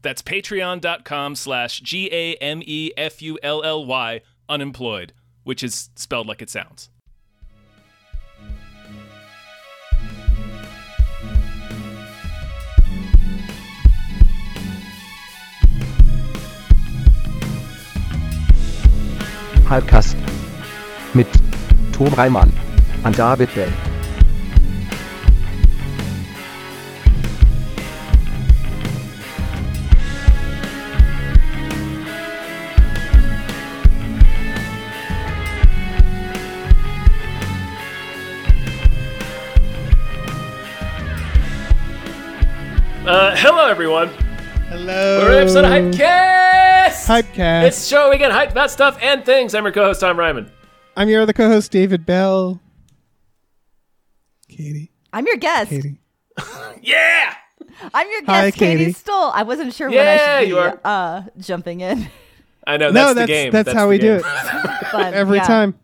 That's patreon.com slash G A M E F U L L Y unemployed, which is spelled like it sounds. Halbkasten mit Tom Reimann an David Bell. Uh, hello, everyone. Hello. We're in episode of Hypecast! Hypecast. It's a show we get hyped about stuff and things. I'm your co-host, Tom Ryman. I'm your other co-host, David Bell. Katie. I'm your guest. Katie. Yeah! I'm your guest, Hi, Katie. Katie. Stoll. I wasn't sure when Yeah, I should be you are. uh, jumping in, I know, that's no, the that's game. that's, how the we game. do it but every yeah. time.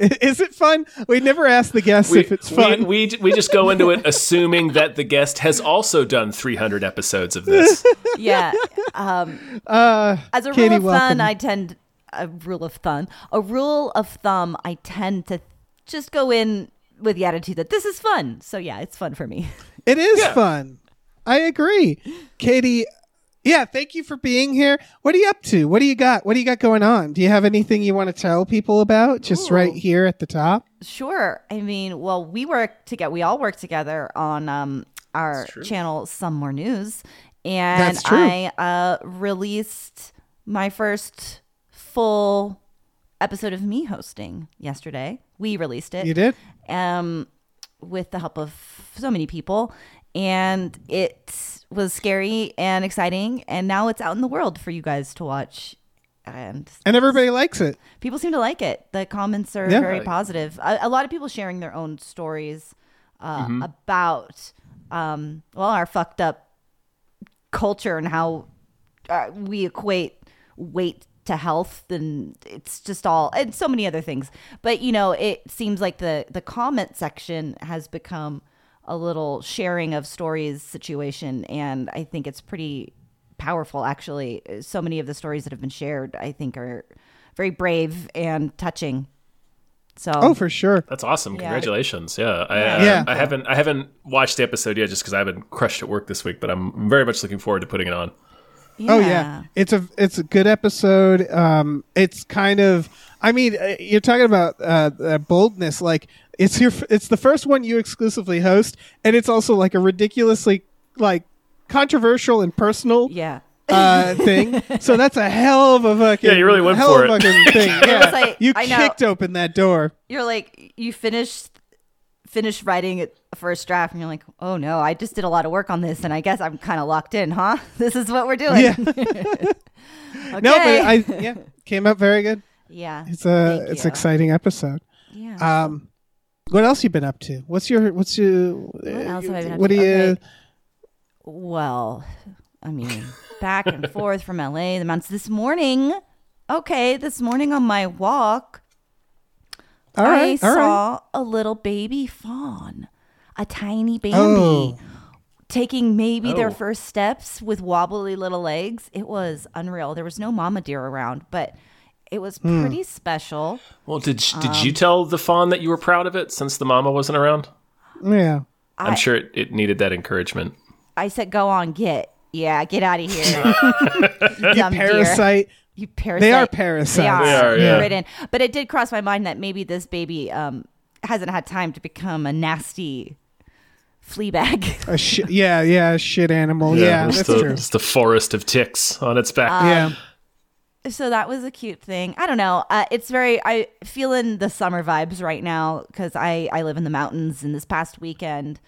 I- Is it fun? We never ask the guests We, if it's fun. We, we, j- we just go into it assuming that the guest has also done 300 episodes of this. Yeah. Um, uh, as a Katie, rule of welcome. thumb, I tend a rule of thumb. A rule of thumb, I tend to just go in with the attitude that this is fun. So yeah, it's fun for me. it is Yeah. fun. I agree, Katie. Yeah, thank you for being here. What are you up to? What do you got? What do you got going on? Do you have anything you want to tell people about? Just Ooh. right here at the top. Sure. I mean, well, we work together. We all work together on um, our channel, Some More News, and That's true. I uh, released my first full episode of me hosting yesterday. We released it You did. um, with the help of so many people. And it was scary and exciting. And now it's out in the world for you guys to watch. And And everybody likes it. people seem to like it. The comments are Yeah. very positive. A, a lot of people sharing their own stories uh, about, um, well, our fucked up culture and how uh, we equate weight to health and it's just all and so many other things but you know it seems like the the comment section has become a little sharing of stories situation and i think it's pretty powerful actually so many of the stories that have been shared i think are very brave and touching so Oh, for sure. That's awesome. Yeah. Congratulations. Yeah. I, uh, Yeah. I haven't I haven't watched the episode yet just cuz I've been crushed at work this week, but I'm very much looking forward to putting it on. Oh yeah, it's a it's a good episode. Um, it's kind of I mean uh, you're talking about uh, uh, boldness. Like it's your f- it's the first one you exclusively host, and it's also like a ridiculously like controversial and personal yeah uh, thing. So that's a hell of a fucking Yeah, you really went hell for of a it. fucking thing. Yeah, was like, you I know. kicked open that door. you're like you finished finished writing it first draft and you're like oh no i just did a lot of work on this and i guess i'm kind of locked in huh this is what we're doing Yeah. okay. No, but I yeah came up very good. yeah It's a Thank it's you. exciting episode. yeah Um, what else you been up to? What's your what's your what else have I been up what to? do you? Okay. well i mean back and forth from la the mountains this morning okay this morning on my walk All right, I all right. saw a little baby fawn, a tiny baby, Oh. taking maybe their Oh. first steps with wobbly little legs. It was unreal. There was no mama deer around, but it was pretty special. Well, did sh- did Um, you tell the fawn that you were proud of it since the mama wasn't around? Yeah. I'm I- sure it, it needed that encouragement. I said, "Go on, get yeah, get out of here, dumb deer." Parasite. You parasite. They are parasites. They are. They are, yeah. You're right in. But it did cross my mind that maybe this baby um, hasn't had time to become a nasty flea bag. A shi- yeah, yeah, a shit animal. Yeah, that's it's, the, true. Uh, it's the forest of ticks on its back. yeah. so that was a cute thing i don't know uh, it's very i feeling the summer vibes right now because i i live in the mountains and this past weekend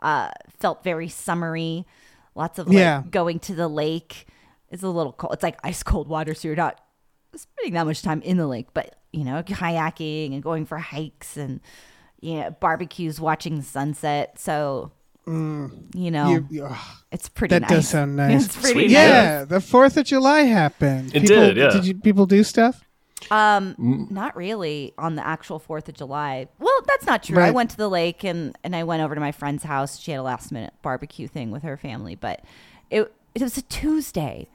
uh felt very summery lots of like Yeah. going to the lake. It's a little cold. It's like ice cold water, so you're not spending that much time in the lake, but you know, kayaking and going for hikes and you know, barbecues, watching the sunset. So you know, Mm. You- you- ugh, it's pretty. that nice. does sound nice. It's pretty. Sweet. nice. yeah, the Fourth of July happened. It people, did, yeah. you, people do stuff? Not really on the actual 4th of July. Well, that's not true. I Right. went to the lake and, and I went over to my friend's house. She had a last minute barbecue thing with her family, but it it was a Tuesday.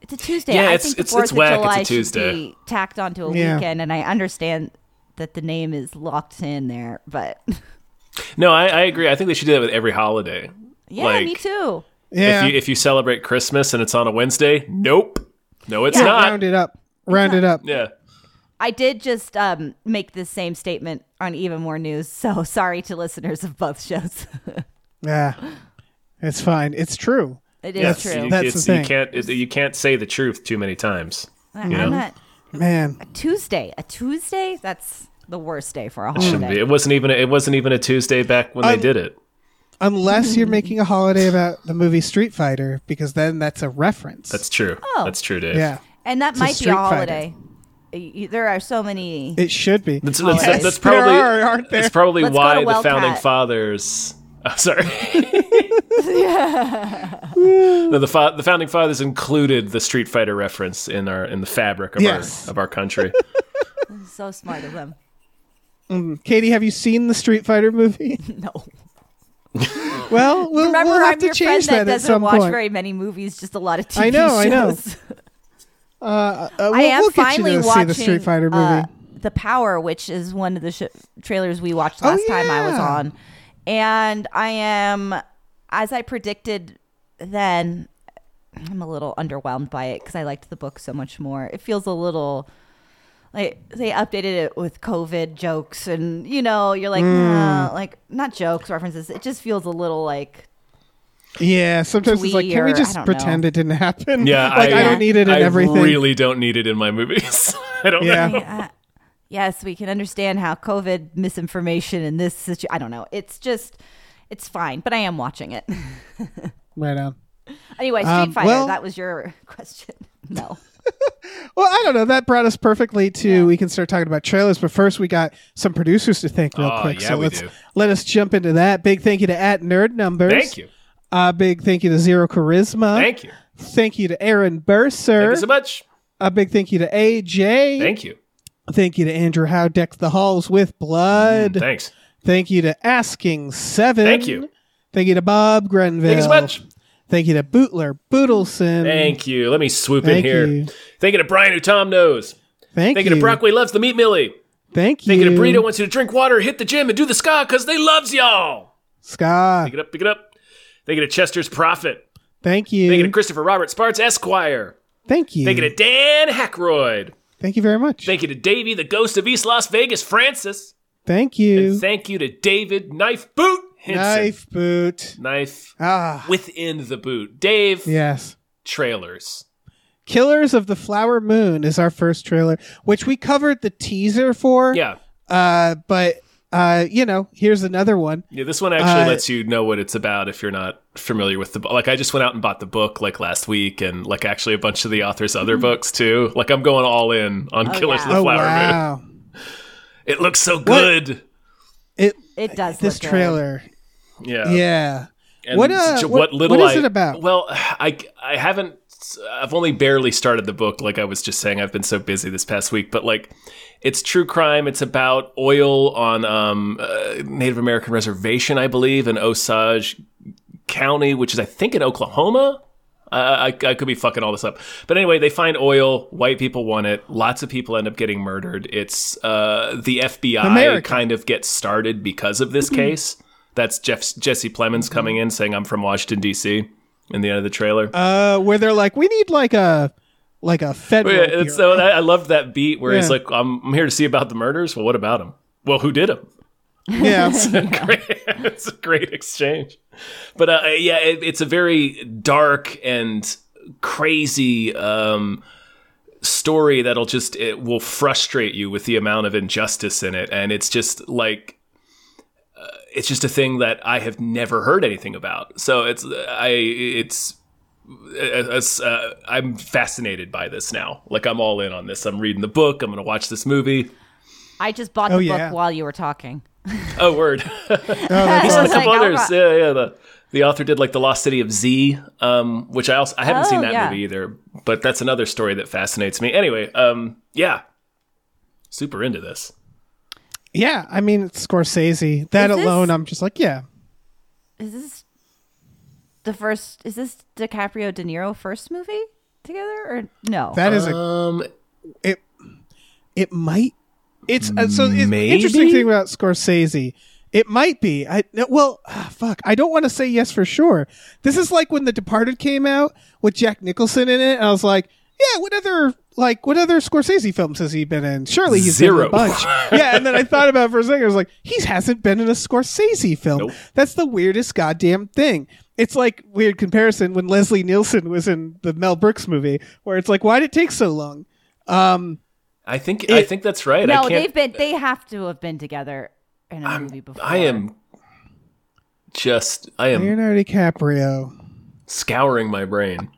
It's a Tuesday. Yeah, I it's- think the it's- 4th it's of whack. It's a July should Tuesday. be tacked onto a Yeah. weekend, and I understand that the name is locked in there, but No, I, I agree. I think they should do that with every holiday. yeah, Like, me too. Yeah. If you if you celebrate Christmas and it's on a Wednesday, nope. No, it's not. round it up. Round it up. Yeah. I did just um, make the same statement on Even More News, so sorry to listeners of both shows. Yeah. It's fine. It's true. it is Yes, true. You, That's it's- the You thing. can't it, you can't say the truth too many times. I'm Yeah. not. Man. Tuesday. A Tuesday? That's the worst day for a Shouldn't be. holiday. It wasn't even it wasn't even a Tuesday back when they did it. Unless you're making a holiday about the movie Street Fighter, because then that's a reference. That's true. Oh. That's true, Dave. yeah. And that It's a might be Street a Fighter. holiday. Y- y- There are so many. It should be. That's, that's, Holidays. that's There probably are, aren't there? that's probably Let's go why to the Wildcat. founding fathers. Oh, sorry. no, the fa- the founding fathers included the Street Fighter reference in our in the fabric of Yes. our of our country. so smart of them. Katie, have you seen the Street Fighter movie? No. Well, we'll, Remember, we'll have I'm to your friend change that, that, at doesn't some watch point. very many movies, just a lot of TV I know, I know. shows. uh, uh, we'll, I am we'll get finally you to watching see the Street Fighter movie. uh, The Power, which is one of the sh- trailers we watched Oh, last time I was yeah. on. And I am, as I predicted then, I'm a little underwhelmed by it because I liked the book so much more. It feels a little like they updated it with COVID jokes, and you know, you're like, Mm. nah, like not jokes, references. It just feels a little like yeah, sometimes it's like, Twee can we or- I just don't pretend know. it didn't happen? Yeah, like I, don't need it in I everything. really don't need it in my movies. I don't Yeah. know. uh, yes, we can understand how COVID misinformation in this situation. I don't know. It's just, it's fine, but I am watching it. right on. anyway, Street Um, Fighter. well- that was your question. No. Well, I don't know. That brought us perfectly to we can start talking about trailers, but first we got some producers to thank real Oh, quick. yeah, so we let's do. let us jump into that. Big thank you to at Nerd Numbers. Thank you. Uh, big thank you to Zero Charisma. Thank you. Thank you to Aaron Thank Burser. you so much. a big thank you to AJ. Thank you. Thank you to Andrew Howe Deck the Halls with Blood. Thanks. Thank you to Asking Seven. Mm, Thank you. Thank you to Bob Grenville. Thank you so much. Thank you to Bootler Bootleson. Thank you. Let me swoop in Thank here. you. Thank you to Brian who Tom knows. Thank, Thank you. you to Brockway loves the meat millie. Thank you. Thank you to Burrito wants you to drink water, hit the gym, and do the ska because they loves y'all. Scott. Pick it up, pick it up. Thank you to Chester's Prophet. Thank Thank you you. to Christopher Robert Sparts Esquire. Thank you. Thank you to Dan Hackroyd. Thank you very much. Thank you to Davey, the ghost of East Las Vegas, Francis. Thank you. And thank you to David Knife Boot Henson. Knife boot. Knife Ah, within the boot. Dave, yes. trailers. Killers of the Flower Moon is our first trailer, which we covered the teaser for. Yeah. Uh, but uh, you know, here's another one. Yeah, this one actually Uh, lets you know what it's about if you're not familiar with the book. Like, I just went out and bought the book like last week, and like actually a bunch of the author's other books too. Like, I'm going all in on Killers of yeah. the Mm-hmm. oh Flower Moon. wow! It looks so good. It It does. this look good. trailer. Yeah. Yeah. And What, uh, j- what- little what is I- it about? Well, I I haven't. I've only barely started the book. Like I was just saying, I've been so busy this past week. But like, it's true crime. It's about oil on um, uh, Native American reservation, I believe, in Osage County, which is I think in Oklahoma. Uh, I, I could be fucking all this up, but anyway, they find oil. White people want it. Lots of people end up getting murdered. It's uh, the FBI America. Mm-hmm. kind of gets started because of this case. That's Jeff Jesse Plemons coming in saying I'm from Washington D.C. in the end of the trailer. Uh, where they're like, we need like a like a federal. Yeah, and bureau. so I, I love that beat where he's Yeah. like, I'm, "I'm here to see about the murders." Well, what about him? Well, who did him? yeah. great, it's a great exchange. But uh, yeah, it, it's a very dark and crazy um, story that'll just it will frustrate you with the amount of injustice in it, and it's just like. uh, it's just a thing that I have never heard anything about. So it's I it's. it's, uh, I'm fascinated by this now. Like I'm all in on this. I'm reading the book. I'm going to watch this movie. I just bought Oh, the yeah. book while you were talking. Oh, word. Oh, It's There's a like, couple I'll others. ro- Yeah, yeah. The, the author did like the Lost City of Z, um, which I also I haven't Oh, seen that yeah. movie either. But that's another story that fascinates me. Anyway, um, yeah, super into this. Yeah, I mean it's Scorsese. That Is this- alone, I'm just like, yeah. Is this the first? Is this DiCaprio De Niro first movie together or no? That is a Um, it. It might. It's uh, so. It's Maybe? interesting thing about Scorsese. It might be. I no, well, ah, fuck. I don't want to say yes for sure. This is like when The Departed came out with Jack Nicholson in it. And I was like, yeah. What other like what other Scorsese films has he been in? Surely he's been in Zero. a bunch. yeah. And then I thought about it for a second. I was like, he hasn't been in a Scorsese film. Nope. That's the weirdest goddamn thing. It's like weird comparison when Leslie Nielsen was in the Mel Brooks movie, where it's like, why did it take so long? I think I think that's right. I no, can't, they've been. They have to have been together in a movie before. I am just I am Leonardo DiCaprio. scouring my brain.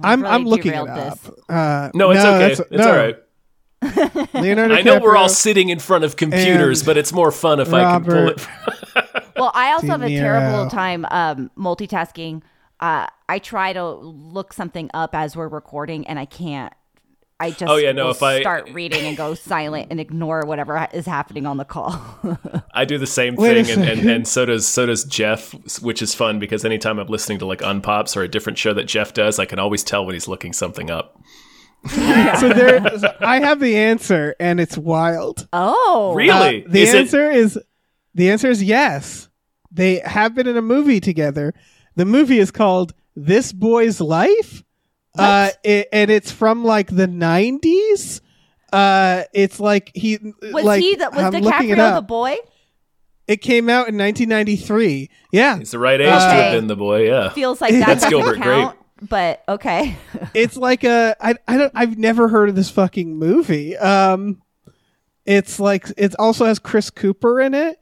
I'm really I'm looking it derailed up. this. Uh, No, it's okay. that's- It's no. all right. Leonardo I know we're all DiCaprio, sitting in front of computers, and but it's more fun if I can pull Robert- it. Well, I also have a Niro. terrible time um, multitasking. Uh, I try to look something up as we're recording, and I can't. I just Oh, yeah, no, will if I- start reading and go silent and ignore whatever ha- is happening on the call. I do the same Wait a thing, and, and, second. and so does so does Jeff, which is fun because anytime I'm listening to like Unpops or a different show that Jeff does, I can always tell when he's looking something up. So there, is- I have the answer, and it's wild. oh, Really? Uh, the Is it- answer is the answer is yes. They have been in a movie together. The movie is called This Boy's Life, uh, it, and it's from like the '90s. Uh, it's like he Was like, he the, was I'm looking it DiCaprio the up. boy? It came out in 1993. Yeah, He's the right age to have Okay. been the boy. Yeah. Feels like that That's doesn't Gilbert count. But okay, it's like a I, I don't I've never heard of this fucking movie. Um it's like it also has Chris Cooper in it.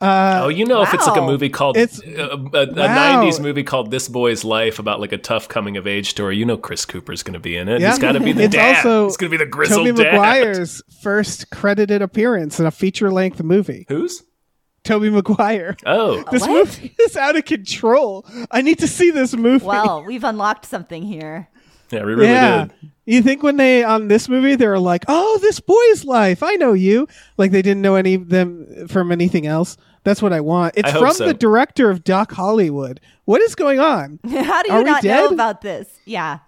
oh, you know, if it's like a wow. movie called Uh, uh, It's- a, a, a wow. '90s movie called This Boy's Life about like a tough coming of age story, you know, Chris Cooper's going to be in it. Yeah. He's got to be the It's dad. also he's going to be the grizzled Toby dad. Maguire's first credited appearance in a feature length movie. Who's? Toby Maguire. Oh, This What? movie is out of control. I need to see this movie. well, we've unlocked something here. yeah, we really yeah. did. You think when they on this movie they were like, "Oh, this boy's life. I know you." Like they didn't know any of them from anything else. That's what I want. It's I hope from so. the director of Doc Hollywood. What is going on? How do you Are we not know dead? about this? Yeah,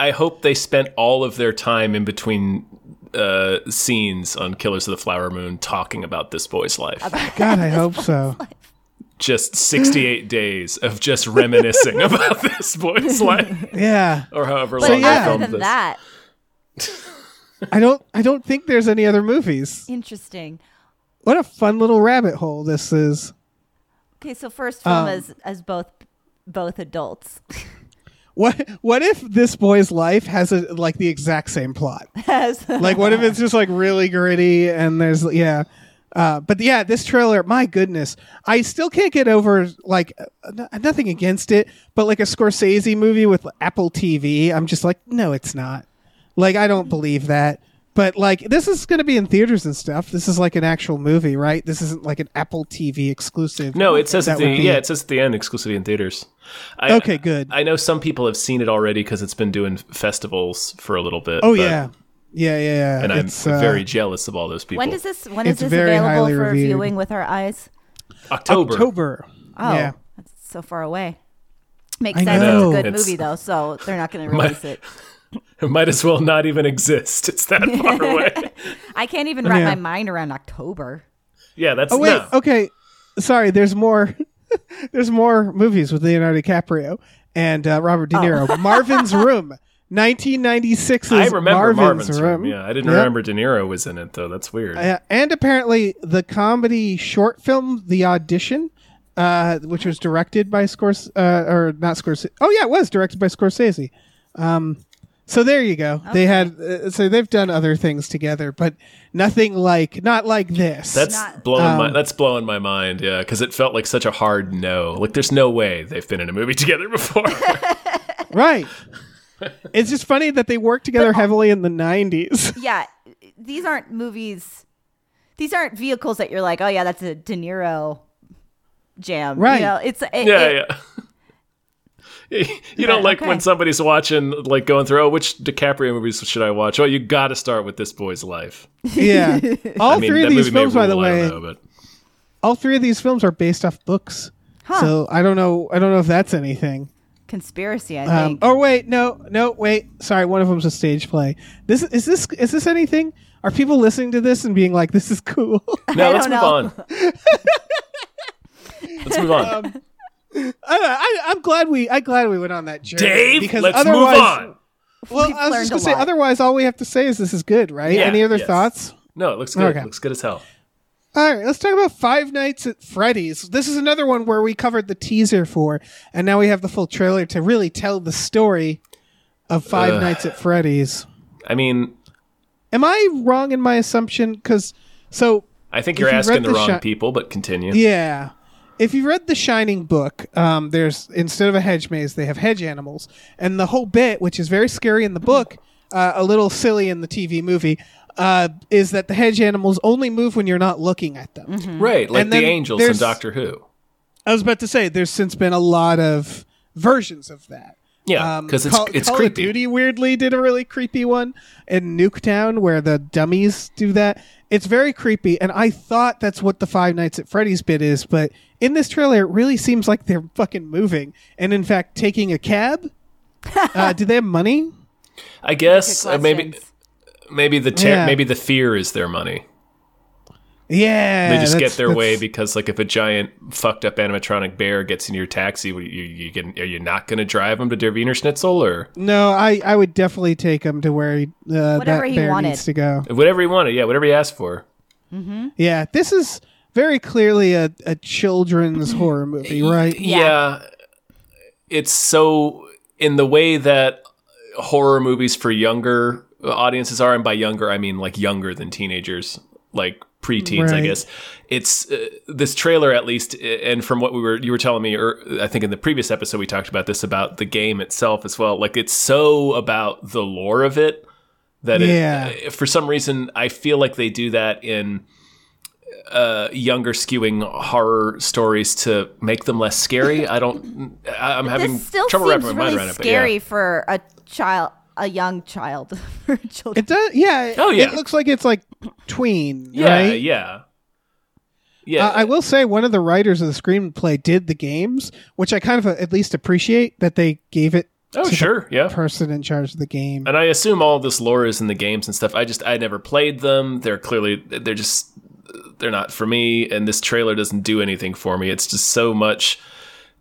I hope they spent all of their time in between uh, scenes on Killers of the Flower Moon talking about this boy's life. God, I hope so. just 68 days of just reminiscing about this boy's life Yeah, or however but long yeah. they other filmed than this. that, I don't. I don't think there's any other movies. interesting. What a fun little rabbit hole this is. Okay, so first film Um, as as both both adults. What What if this boy's life has a like the exact same plot? As- Like, what if it's just like really gritty and there's yeah. Uh, but yeah, this trailer, my goodness, I still can't get over like uh, no- nothing against it, but like a Scorsese movie with Apple TV, I'm just like, no, it's not. Like, I don't believe that. But like, this is going to be in theaters and stuff. This is like an actual movie, right? This isn't like an Apple TV exclusive. no it says at That the would be- yeah it says at the end exclusively in theaters I, Okay, good. i know some people have seen it already because it's been doing festivals for a little bit oh but- yeah, yeah, yeah, yeah. and i'm It's, uh, very jealous of all those people when is this? When is It's this very available highly for reviewed. viewing with our eyes? october, October. Oh, Yeah. that's so far away. Makes I sense. know. It's a good It's- movie though, so they're not going to release it. it might as well not even exist it's that far away I can't even wrap Yeah. my mind around October. yeah that's Oh wait, no. okay. Sorry, there's more. there's more movies with Leonardo DiCaprio and uh, Robert De Oh. Niro. Marvin's Room, 1996. i remember Marvin's, Room. yeah i didn't Yep. remember de niro was in it though that's weird Uh, and apparently the comedy short film The Audition, uh, which was directed by Scorsese, uh, or not Scorsese. Oh yeah, it was directed by Scorsese. Um, So there you go. They had uh, so they've done other things together, but nothing like not like this. That's Not- blowing um, my that's blowing my mind, yeah, because it felt like such a hard no. Like there's no way they've been in a movie together before. right. it's just funny that they worked together heavily in the 90s. yeah, these aren't movies. These aren't vehicles that you're like, oh yeah, that's a De Niro jam, You Right. know, it's it, yeah, it- yeah. You don't Yeah, like when okay. somebody's watching, like going through, oh, which DiCaprio movies should I watch? Oh, you got to start with This Boy's Life. Yeah. All I mean, three that of these movie may films by the rule, I way, don't know, but all three of these films are based off books. Huh. So I don't know I don't know if that's anything. conspiracy. I Um, think. oh wait, no, no, wait. Sorry, one of them's a stage play. This is this is this anything? Are people listening to this and being like, "This is cool"? no, I let's don't move know. on. let's move on. Um, I, I, I'm glad we I'm glad we went on that journey. Dave, because let's move otherwise, on. Well, We've I was learned just a gonna say, lot. otherwise, all we have to say is this is good, right? Yeah, Any other yes. thoughts? No, it looks good. Okay. Looks good as hell. All right, let's talk about Five Nights at Freddy's. This is another one where we covered the teaser for, and now we have the full trailer to really tell the story of Five Nights at Freddy's. I mean, Am I wrong in my assumption? Because so I think you're you asking read the, the wrong shi- people, but continue. Yeah. If you read the Shining book, um, there's instead of a hedge maze, they have hedge animals, and the whole bit, which is very scary in the book, uh, a little silly in the TV movie, uh, is that the hedge animals only move when you're not looking at them. Right, like And the then angels in there's- Doctor Who. I was about to say there's since been a lot of versions of that. Yeah, because um, Call, it's it's Call creepy. Of Duty weirdly did a really creepy one in Nuketown where the dummies do that. It's very creepy, and I thought that's what the Five Nights at Freddy's bit is, but in this trailer, it really seems like they're fucking moving, and in fact, taking a cab. uh, do they have money? I guess uh, maybe Questions. maybe the ter- Yeah. maybe the fear is their money. Yeah, They just that's- get their that's- way because like if a giant fucked up animatronic bear gets in your taxi, what, you, you can, are you not going to drive him to Der Wiener Schnitzel or No, I, I would definitely take him to where he, uh, Whatever that he bear wanted. needs to go. whatever he wanted? Yeah, whatever he asked for. Yeah, this is very clearly a, a children's horror movie, right? Yeah. It's so in the way that horror movies for younger audiences are, and by younger, I mean like younger than teenagers, like preteens, I Right. guess. It's uh, this trailer, at least, uh, and from what we were, you were telling me, or I think in the previous episode, we talked about this about the game itself as well. Like it's so about the lore of it that it- Yeah. uh, for some reason, I feel like they do that in uh, younger skewing horror stories to make them less scary. I don't. I, I'm having this still trouble seems wrapping my mind really around it. but scary yeah. for a child, a young child, for children. It does, yeah. Oh, yeah. It looks like it's like tween, Yeah, right? yeah, yeah. Uh, I will say one of the writers of the screenplay did the games, which I kind of uh, at least appreciate that they gave it oh, to sure, yeah. the person in charge of the game. And I assume all this lore is in the games and stuff. I just I never played them. They're clearly they're just they're not for me. And this trailer doesn't do anything for me. It's just so much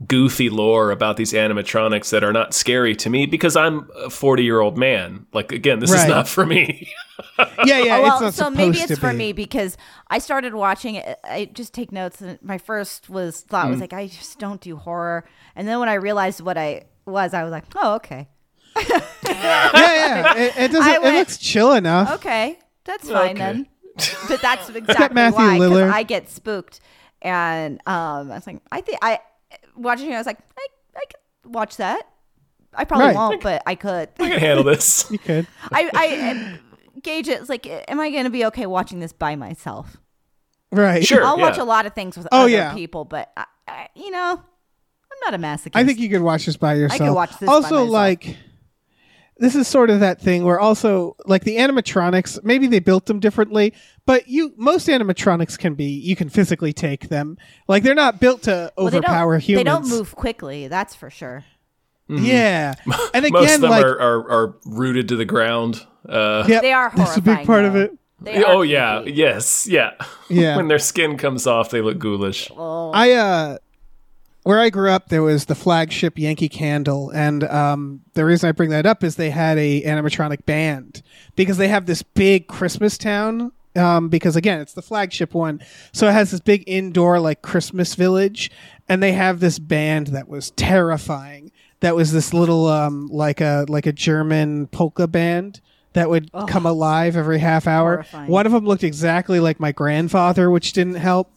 goofy lore about these animatronics that are not scary to me because I'm a 40 year old man. Like again, this is Right. not for me. yeah, yeah. Oh, it's well, not so supposed maybe it's to for be. me because I started watching it. I just take notes, and my first was thought Mm. was like, I just don't do horror. And then when I realized what I was, I was like, oh, okay, Yeah, yeah. It, it I doesn't. went- it looks chill enough. okay, that's fine Okay. then. But that's exactly Matthew why 'cause Lillard. I get spooked, and um, I was like, I think I watching it. I was like, I, I could watch that. I probably Right. won't, but I could. I can handle this. You could. I, I gauge it. It's like, am I going to be okay watching this by myself? Right. Sure. I'll watch yeah. a lot of things with Oh, other yeah. people, but I, I, you know, I'm not a masochist. I think you could watch this by yourself. watch this by Also, myself. like, this is sort of that thing where also, like, the animatronics. Maybe they built them differently, but you most animatronics can be you can physically take them. Like, they're not built to Well, they don't- overpower humans. They don't move quickly. That's for sure. Yeah, and Mm-hmm. again, Most of them like, are, are, are rooted to the ground. Uh, yep, They are That's a horrifying, big part of though. it. They are oh yeah, creepy. yes, yeah. Yeah. when their skin comes off, they look ghoulish. Well, I uh where I grew up there was the flagship Yankee Candle and um the reason I bring that up is they had a animatronic band because they have this big Christmas town um because again it's the flagship one so it has this big indoor like Christmas village and they have this band that was terrifying that was this little um, like a like a German polka band that would come alive every half hour. Horrifying. One of them looked exactly like my grandfather, which didn't help.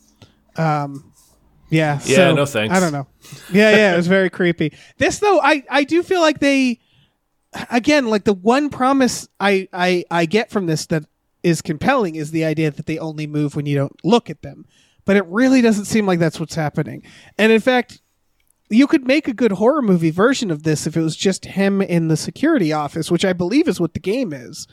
Um, yeah. Yeah, so, no thanks. I don't know. Yeah, yeah, it was very creepy. This though, I I do feel like they again like the one promise I I I get from this that is compelling is the idea that they only move when you don't look at them. But it really doesn't seem like that's what's happening. And in fact, you could make a good horror movie version of this if it was just him in the security office, which I believe is what the game is.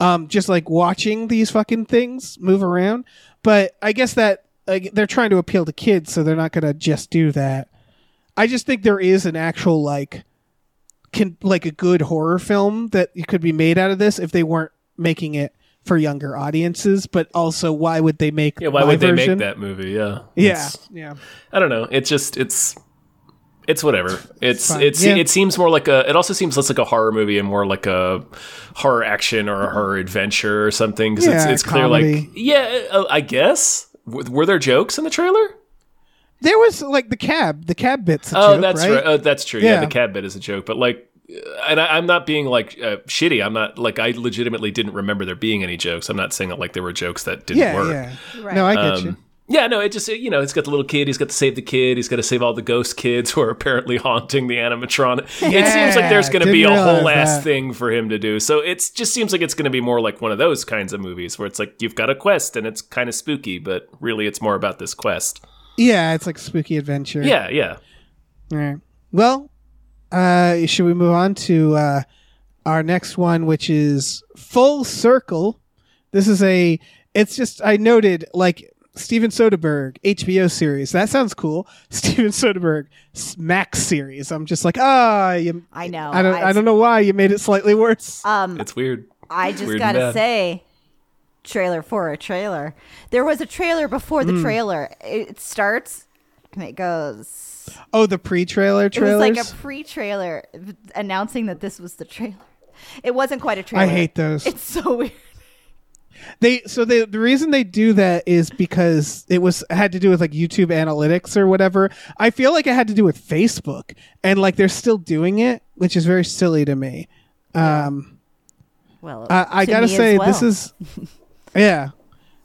Um, just like watching these fucking things move around. But I guess that like, they're trying to appeal to kids, so they're not gonna just do that. I just think there is an actual like, can like a good horror film that you could be made out of this if they weren't making it for younger audiences. But also, why would they make? Yeah, why my would they version? make that movie? Yeah. Yeah, It's- yeah. I don't know. It's just it's it's whatever. It's fine. it's Yeah. it seems more like a. It also seems less like a horror movie and more like a horror action or a horror adventure or something. Because it's Yeah, it's clear like comedy. yeah, uh, I guess. W- Were there jokes in the trailer? There was like the cab, the cab bits. a Oh, joke, that's right. right. Oh, that's true. Yeah. Yeah. the cab bit is a joke, but like, and I, I'm not being like uh, shitty. I'm not like I legitimately didn't remember there being any jokes. I'm not saying that like there were jokes that didn't Yeah, work. yeah. Right. No, I Um, get you. Yeah, no, it just you know, it's got the little kid. He's got to save the kid. He's got to save all the ghost kids who are apparently haunting the animatronic. it seems like there's going to didn't be a realize whole ass that. thing for him to do. So it just seems like it's going to be more like one of those kinds of movies where it's like you've got a quest and it's kind of spooky, but really it's more about this quest. Yeah, it's like spooky adventure. Yeah, yeah. All right. Well, uh, should we move on to uh, our next one, which is Full Circle? This is a. It's just I noted like Steven Soderbergh HBO series. That sounds cool. Steven Soderbergh s- Max series. I'm just like ah, you. Oh, I know. I don't. I don't know why you made it slightly worse. Um, It's weird. I just Weird and gotta bad. say, trailer for a trailer. There was a trailer before Hmm. the trailer. It starts and it goes. oh, the pre-trailer trailers. It was like a pre-trailer announcing that this was the trailer. It wasn't quite a trailer. I hate those. It's so weird. They so they the reason they do that is because it was had to do with like YouTube analytics or whatever. I feel like it had to do with Facebook and like they're still doing it, which is very silly to me. Well, Uh, I to gotta me as say this well. is yeah,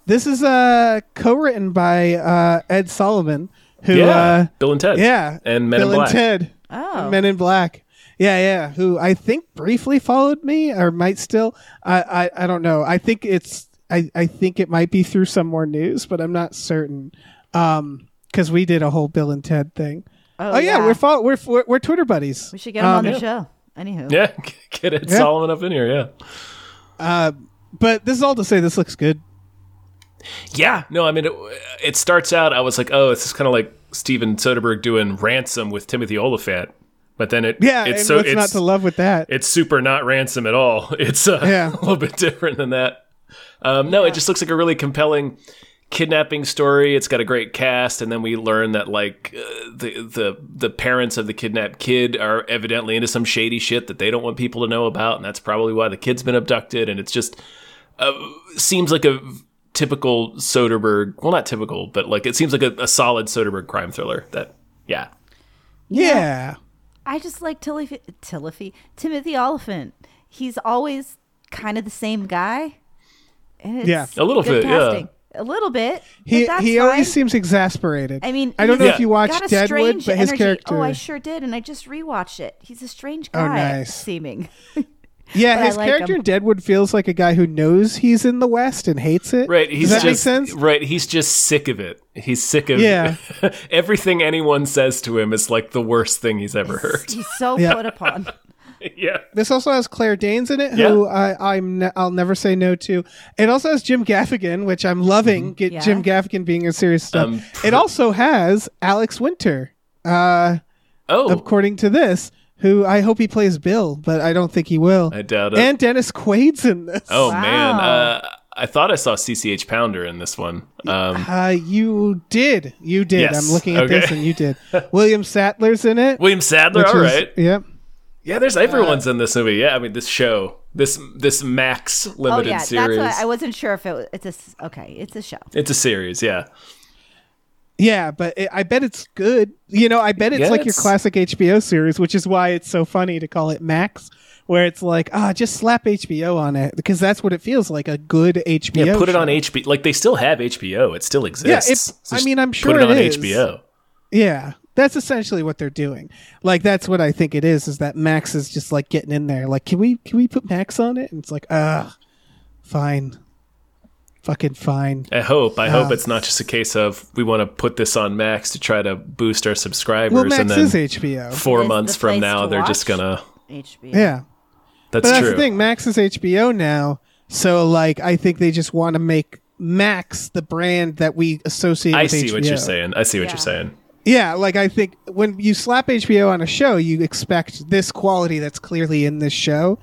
this is uh co-written by uh Ed Solomon who Yeah, uh Bill and Ted. yeah and Men Bill in Black. and Ted Oh. Men in Black. Yeah, yeah. Who I think briefly followed me, or might still. I, I, I don't know. I think it's. I, I think it might be through some more news, but I'm not certain. Um, because we did a whole Bill and Ted thing. Oh, yeah, yeah. we're, fo- we're we're we're Twitter buddies. we should get him on Um, the show. Anywho, Yeah, get it, Yeah. Solomon up in here. Yeah, But this is all to say, this looks good. yeah. No, I mean, it, it starts out. I was like, oh, this is kind of like Steven Soderbergh doing Ransom with Timothy Oliphant, but then it Yeah, it's and so what's it's not to love with that? it's super not ransom at all. It's uh, Yeah. a little bit different than that. Um, no, it just looks like a really compelling kidnapping story. It's got a great cast, and then we learn that like uh, the the the parents of the kidnapped kid are evidently into some shady shit that they don't want people to know about, and that's probably why the kid's been abducted. And it's just uh, seems like a typical Soderbergh. Well, not typical, but like it seems like a, a solid Soderbergh crime thriller. That yeah, yeah. I just like Tilly, Tillify, Timothy Oliphant. He's always kind of the same guy. And it's Yeah. A little good bit, yeah. casting. A little bit. He but that's he fine. always seems exasperated. I mean, I don't know he's if you got watched a Deadwood, strange but his energy. character. Oh, I sure did, and I just rewatched it. He's a strange guy, Oh, nice. seeming. but yeah, I his like character him. in Deadwood feels like a guy who knows he's in the West and hates it. Right. He's Does just, that make sense? Right. He's just sick of it. He's sick of Yeah. everything anyone says to him is like the worst thing he's ever heard. He's so Yeah. put upon. yeah. This also has Claire Danes in it, who Yeah. I, I'm ne- I'll never say no to. It also has Jim Gaffigan, which I'm loving. Get Mm-hmm. Yeah. Jim Gaffigan being a serious stuff. Um, it also has Alex Winter, uh, Oh, according to this, who I hope he plays Bill, but I don't think he will. I doubt it. and Dennis Quaid's in this. oh man. Wow. Uh, I thought I saw CCH Pounder in this one. Um, Uh, you did, you did. Yes. I'm looking at Okay. this, and you did. William Sattler's in it. William Sadler. which All is- uh, right. Yep. Yeah. There's everyone's in this movie. Yeah. I mean, this show, this this Max Oh limited yeah, series. that's why I wasn't sure if it was, it's a s- okay. It's a show. it's a series. Yeah. Yeah, but it, I bet it's good. You know, I bet it's like your gets- classic HBO series, which is why it's so funny to call it Max, where it's like, ah, just slap HBO on it because that's what it feels like a good HBO. Yeah, put it show. on HBO. Like they still have HBO. It still exists. I just mean, I'm sure put it, it on is. HBO. Yeah, that's essentially what they're doing. Like that's what I think it is. Is that Max is just like getting in there. Like, can we can we put Max on it? And it's like, ah, fine, fucking fine. I hope. I hope it's not just a case of we want to put this on Max to try to boost our subscribers, Well, Max and then is HBO. four Is the months from place now to they're just watch? gonna. HBO. Yeah, That's but that's true. the thing. Max is HBO now, so like I think they just want to make Max the brand that we associate. I with see what you're HBO. saying. I see what Yeah. you're saying. Yeah, like I think when you slap HBO on a show, you expect this quality that's clearly in this show.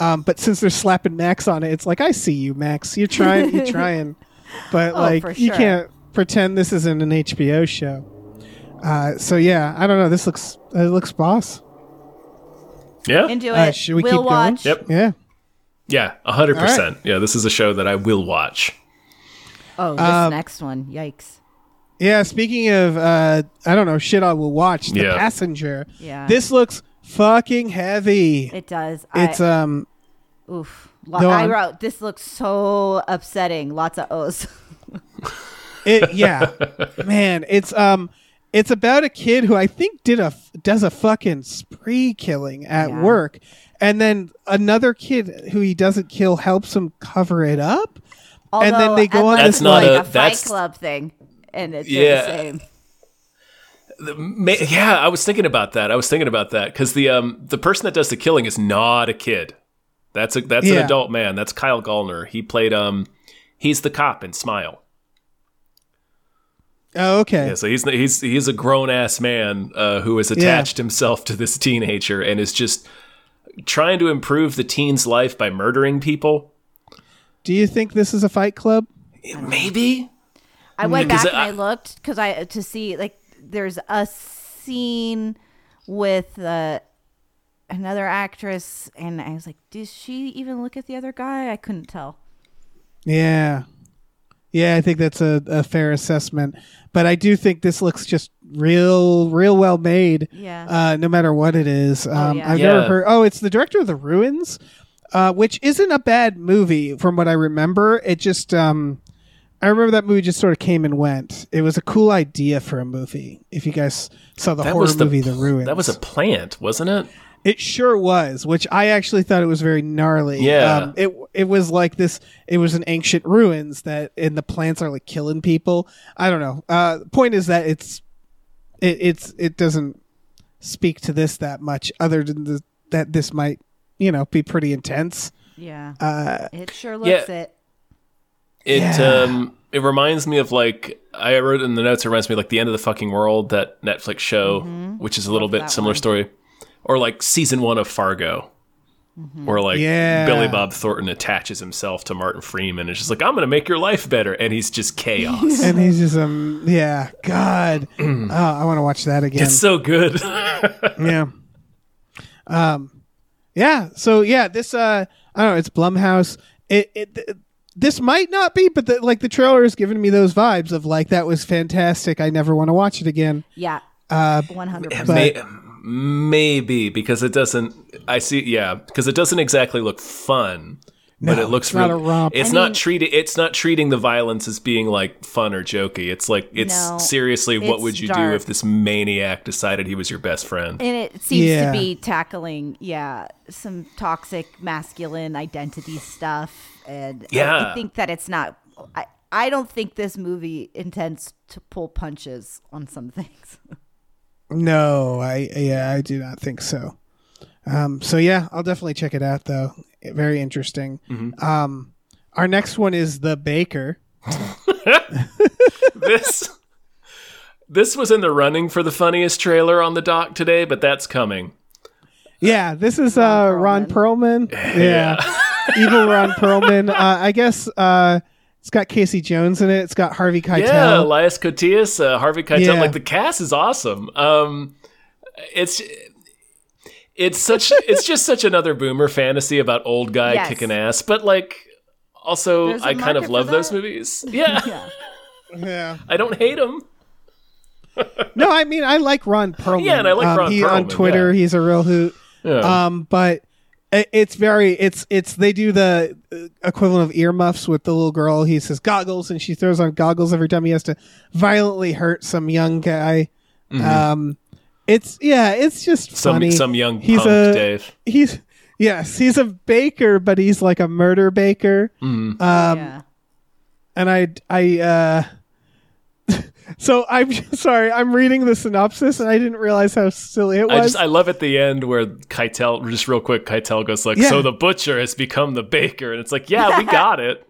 Um, but since they're slapping Max on it, it's like I see you, Max. You're trying, you're trying, but Oh, like for you sure. can't pretend this isn't an HBO show. Uh, so yeah, I don't know. This looks it looks boss. Yeah. Into it. Uh, should we we'll keep going? watch. Yep. Yeah. Yeah. A hundred All right. percent. Yeah. This is a show that I will watch. Oh, this Um, next one. Yikes. Yeah, speaking of, uh, I don't know, shit I will watch, The Yeah. Passenger. Yeah. This looks fucking heavy. It does. It's, I, um, oof. go Lo- I on. wrote this looks so upsetting. Lots of O's. it, yeah. Man, it's, um, it's about a kid who I think did a, does a fucking spree killing at Yeah. work. And then another kid who he doesn't kill helps him cover it up. Although, then they go on That's unless it's not like a- a, Fight that's- Club thing, and it's Yeah. the same. Ma- yeah. I was thinking about that. I was thinking about that because the um the person that does the killing is not a kid. That's a that's Yeah. an adult man. That's Kyle Gallner. He played um he's the cop in Smile. Oh, okay. Yeah, so he's he's he's a grown ass man uh, who has attached himself to this teenager and is just trying to improve the teen's life by murdering people. Do you think this is a fight club? Maybe. I went Because back and I- I looked because I to see like there's a scene with uh, another actress, and I was like, did she even look at the other guy? I couldn't tell. Yeah. Yeah, I think that's a, a fair assessment. But I do think this looks just real, real well made. Yeah. Uh, no matter what it is. Um, yeah. I've Yeah. never heard. Oh, it's the director of The Ruins, uh, which isn't a bad movie from what I remember. It just, um, I remember that movie just sort of came and went. It was a cool idea for a movie. If you guys saw the That horror was the movie The Ruins, That was a plant, wasn't it? it sure was, which I actually thought it was very gnarly. Um, Yeah. it it was like this. It was an ancient ruins that, and the plants are like killing people. I don't know. Uh, point is that it's, it, it's it doesn't speak to this that much, other than the, that this might, you know, be pretty intense. Yeah, uh, it sure yeah. looks it. It Yeah. um it reminds me of like I wrote in the notes. It reminds me of like the end of the fucking world that Netflix show, which is a little bit that similar one. story, or like season one of Fargo, where like Yeah. Billy Bob Thornton attaches himself to Martin Freeman and is just like I'm gonna make your life better, and he's just chaos. And he's just um, yeah, God, oh, I want to watch that again. it's so good. yeah. Um, yeah. So yeah, this uh, I don't know. It's Blumhouse. It it. th- this might not be, but the, like the trailer is giving me those vibes of like that was fantastic. I never want to watch it again. Yeah, Uh, one hundred percent. May- maybe because it doesn't. I see. Yeah, because it doesn't exactly look fun. But No, it looks it's not really. a romp. It's I not mean- treating. It's not treating the violence as being like fun or jokey. It's like it's No, seriously. what it's would you do dark. if this maniac decided he was your best friend? And it seems Yeah. to be tackling, yeah, some toxic masculine identity stuff. And I- Yeah. I think that it's not, I, I don't think this movie intends to pull punches on some things. No, I yeah, I do not think so. Um, so yeah, I'll definitely check it out though. Very interesting. Um, our next one is The Baker. this. This was in the running for the funniest trailer on the dock today, but that's coming. Yeah, this is uh, Ron Perlman. Yeah, evil Ron Perlman. Uh, I guess uh, it's got Casey Jones in it. It's got Harvey Keitel. Yeah, Elias Cotillas, uh, Harvey Keitel. Yeah. Like the cast is awesome. Um, it's it's such it's just such another boomer fantasy about old guy Yes. kicking ass, but like also There's a I kind market of for love those that. movies. Yeah, yeah. yeah. I don't hate them. no, I mean I like Ron Perlman. Yeah, and I like um, Ron he, Perlman, on Twitter. He's a real hoot. Yeah. Um, but it, it's very it's it's they do the uh, equivalent of earmuffs with the little girl. He says goggles, and she throws on goggles every time he has to violently hurt some young guy. Um, it's yeah, it's just Mm-hmm. some funny. some young He's punk, a- Dave. He's yes, he's a baker, but he's like a murder baker. Mm. Um, yeah. and I I uh so I'm sorry, I'm reading the synopsis and I didn't realize how silly it was. I just I love at the end where Keitel just real quick Keitel goes like, Yeah. so the butcher has become the baker, and it's like, yeah, we got it.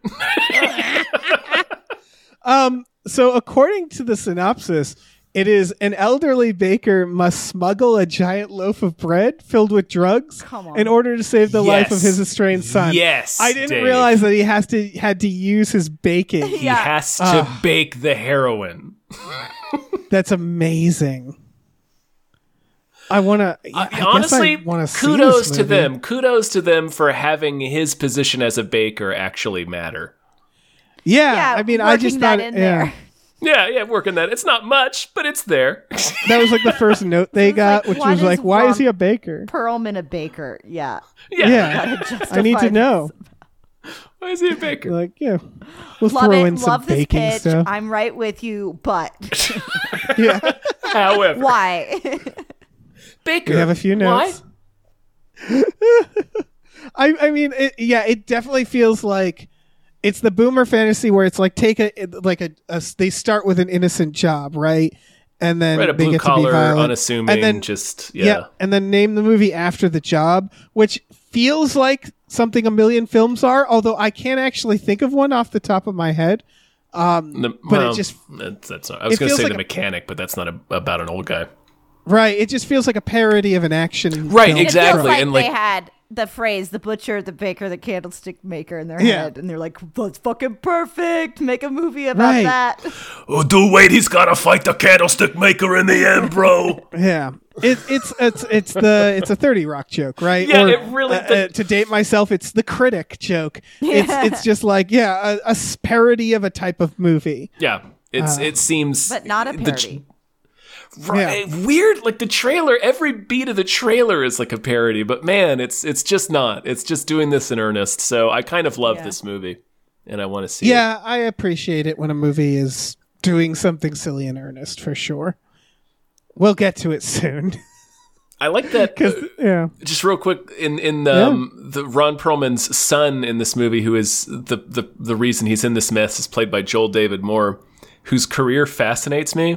um so according to the synopsis, it is an elderly baker must smuggle a giant loaf of bread filled with drugs Come on. in order to save the life of Yes. his estranged son. Yes, I didn't Dave. realize that he has to had to use his baking. He Yeah. has to Ah. bake the heroin. That's amazing. I want to Uh, honestly honestly, want to kudos to them. Kudos to them for having his position as a baker actually matter. Yeah, Yeah, I mean, I working just that thought in yeah. there. Yeah, yeah, working that. It's not much, but it's there. That was like the first note they It was got, like, which why was does like, "Why Ron- is he a baker?" Perlman a baker. Yeah. yeah. Yeah, I need to know. Why is he a baker? Like, yeah, we'll Love throw it. in some Love this baking pitch. stuff. I'm right with you, but yeah, However, why? baker. we have a few notes. I, I mean, it, yeah, it definitely feels like it's the boomer fantasy where it's like take a like a, a they start with an innocent job, right, and then Why? Right, a they blue get to be collar, violent. unassuming, and then just yeah. yeah. and then name the movie after the job, which feels like something a million films are. Although I can't actually think of one off the top of my head. The- it well, just- that's, that's not, I was it going to feels say like the a- mechanic, but that's not a, about an old guy. Right. It just feels like a parody of an action. Right, film. ex- Exactly, It feels like, and, like- they had the phrase "the butcher, the baker, the candlestick maker" in their Yeah. head, and they're like, "That's fucking perfect. Make a movie about Right. that." Oh, do wait! He's got to fight the candlestick maker in the end, bro. Yeah. It, it's it's it's the it's a Thirty Rock joke, right? Yeah, it really- uh, uh, to date myself, it's the critic joke. It's it's just like yeah, a, a parody of a type of movie. yeah, it's Uh. it seems, But not a the- parody. Right. Weird. Like the trailer, every beat of the trailer is like a parody, but man, it's it's just not. It's just doing this in earnest. So I kind of love Yeah. this movie, and I want to see. it. Yeah, I appreciate it when a movie is doing something silly and earnest for sure. We'll get to it soon. I like that. 'Cause- yeah. just real quick in in um, the Ron Perlman's son in this movie, who is the the the reason he's in this mess, is played by Joel David Moore, whose career fascinates me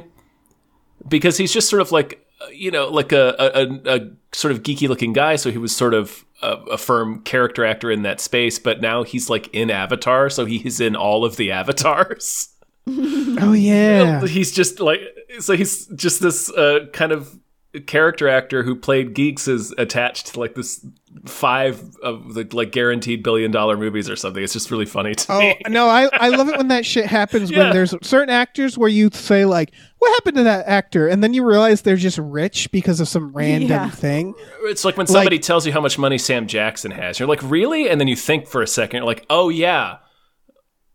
because he's just sort of like uh, you know like a a, a, a sort of geeky looking guy. So he was sort of a, a firm character actor in that space, but now he's like in Avatar, so he is in all of the avatars. Oh yeah. He's just like so he's just this uh, kind of character actor who played geeks is attached to like this five of the like guaranteed billion dollar movies or something. It's just really funny to Oh me. no, I, I love it when that shit happens Yeah. when there's certain actors where you say like, What happened to that actor? And then you realize they're just rich because of some random Yeah. thing. It's like when somebody tells you how much money Sam Jackson has, you're like, really? And then you think for a second, you're like, oh yeah,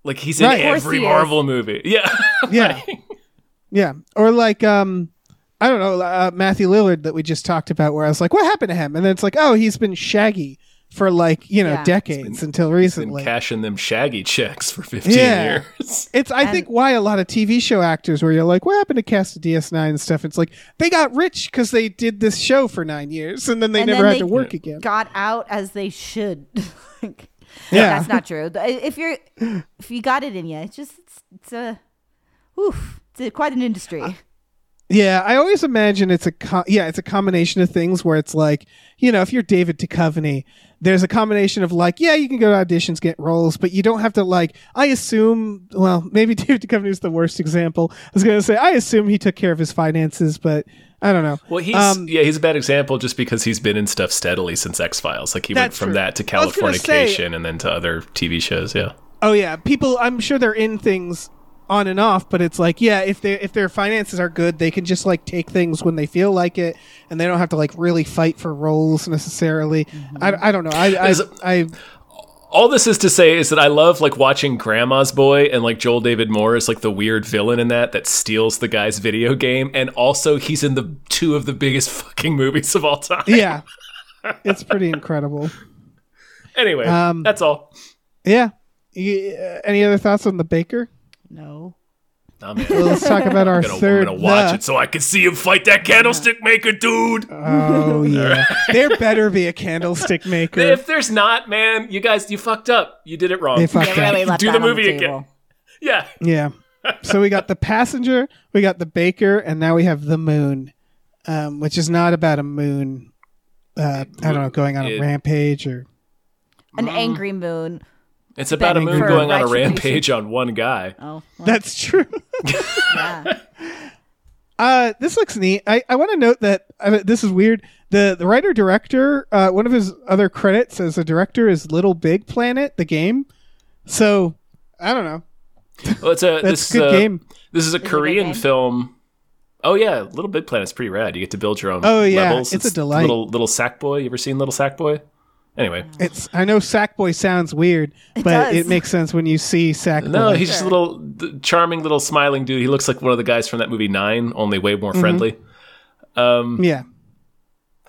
like he's in Right. Of course every he is. Marvel movie. Yeah, Yeah. yeah. Or like um I don't know, uh, Matthew Lillard that we just talked about where I was like, What happened to him? And then it's like, Oh, he's been shaggy for like, you know, Yeah. decades until and recently. cashing them shaggy checks for 15 Yeah. years. It's I And- think why a lot of TV show actors where you're like, what happened to Cast DS9 and stuff? It's like they got rich because they did this show for nine years and then they And never then had they- to work again. Got out as they should. Like, Yeah. that's not true. Th- If you're, if you got it in you, it's just it's, it's a, oof, it's a, quite an industry. Uh, Yeah, I always imagine it's a co- yeah, it's a combination of things where it's like, you know, if you're David Duchovny, there's a combination of like, yeah, you can go to auditions, get roles, but you don't have to like. I assume, well, maybe David Duchovny is the worst example. I was gonna say, I assume he took care of his finances, but I don't know. Well, he's Um, yeah, he's a bad example just because he's been in stuff steadily since X Files. Like he went That's from true. that to I was gonna say- Californication and then to other TV shows. Yeah, Oh yeah, people. I'm sure they're in things on and off, but it's like, yeah, if they if their finances are good, they can just like take things when they feel like it, and they don't have to like really fight for roles necessarily. I, I don't know. I I, Is it- I all this is to say is that I love like watching Grandma's Boy and like Joel David Moore is like the weird villain in that that steals the guy's video game and also he's in the two of the biggest fucking movies of all time. Yeah. it's pretty incredible. Anyway, Um, that's all. Yeah. You- uh, any other thoughts on the baker? No. Nah, man. Well, let's talk about our I'm gonna, 3rd I'm gonna watch the. it so I can see him fight that candlestick maker, dude. Oh yeah. there better be a candlestick maker. if there's not, man, you guys, you fucked up. You did it wrong. They fucked They up. really left Do that the on movie again. table. yeah, Yeah. So we got the passenger, we got the baker, and now we have the moon, um, which is not about a moon. Uh, I don't know, going on It- a rampage or An angry moon. it's about a Bending moon for going on a retribution. rampage on one guy. Oh, well, that's true. yeah. Uh, this looks neat. I, I want to note that I mean, this is weird. The the writer director, uh, one of his other credits as a director is Little Big Planet, the game. So I don't know. Well, it's a That's this, good uh, game. This is a Korean game. film. Oh yeah, Little Big Planet's pretty rad. You get to build your own. Oh, yeah, levels. it's a delight. Little Little Sackboy. You ever seen Little Sackboy? Anyway, It's I know Sackboy sounds weird, but does. it makes sense when you see Sackboy. no, he's just a little th- charming, little smiling dude. He looks like one of the guys from that movie Nine, only way more Mm-hmm. friendly. yeah.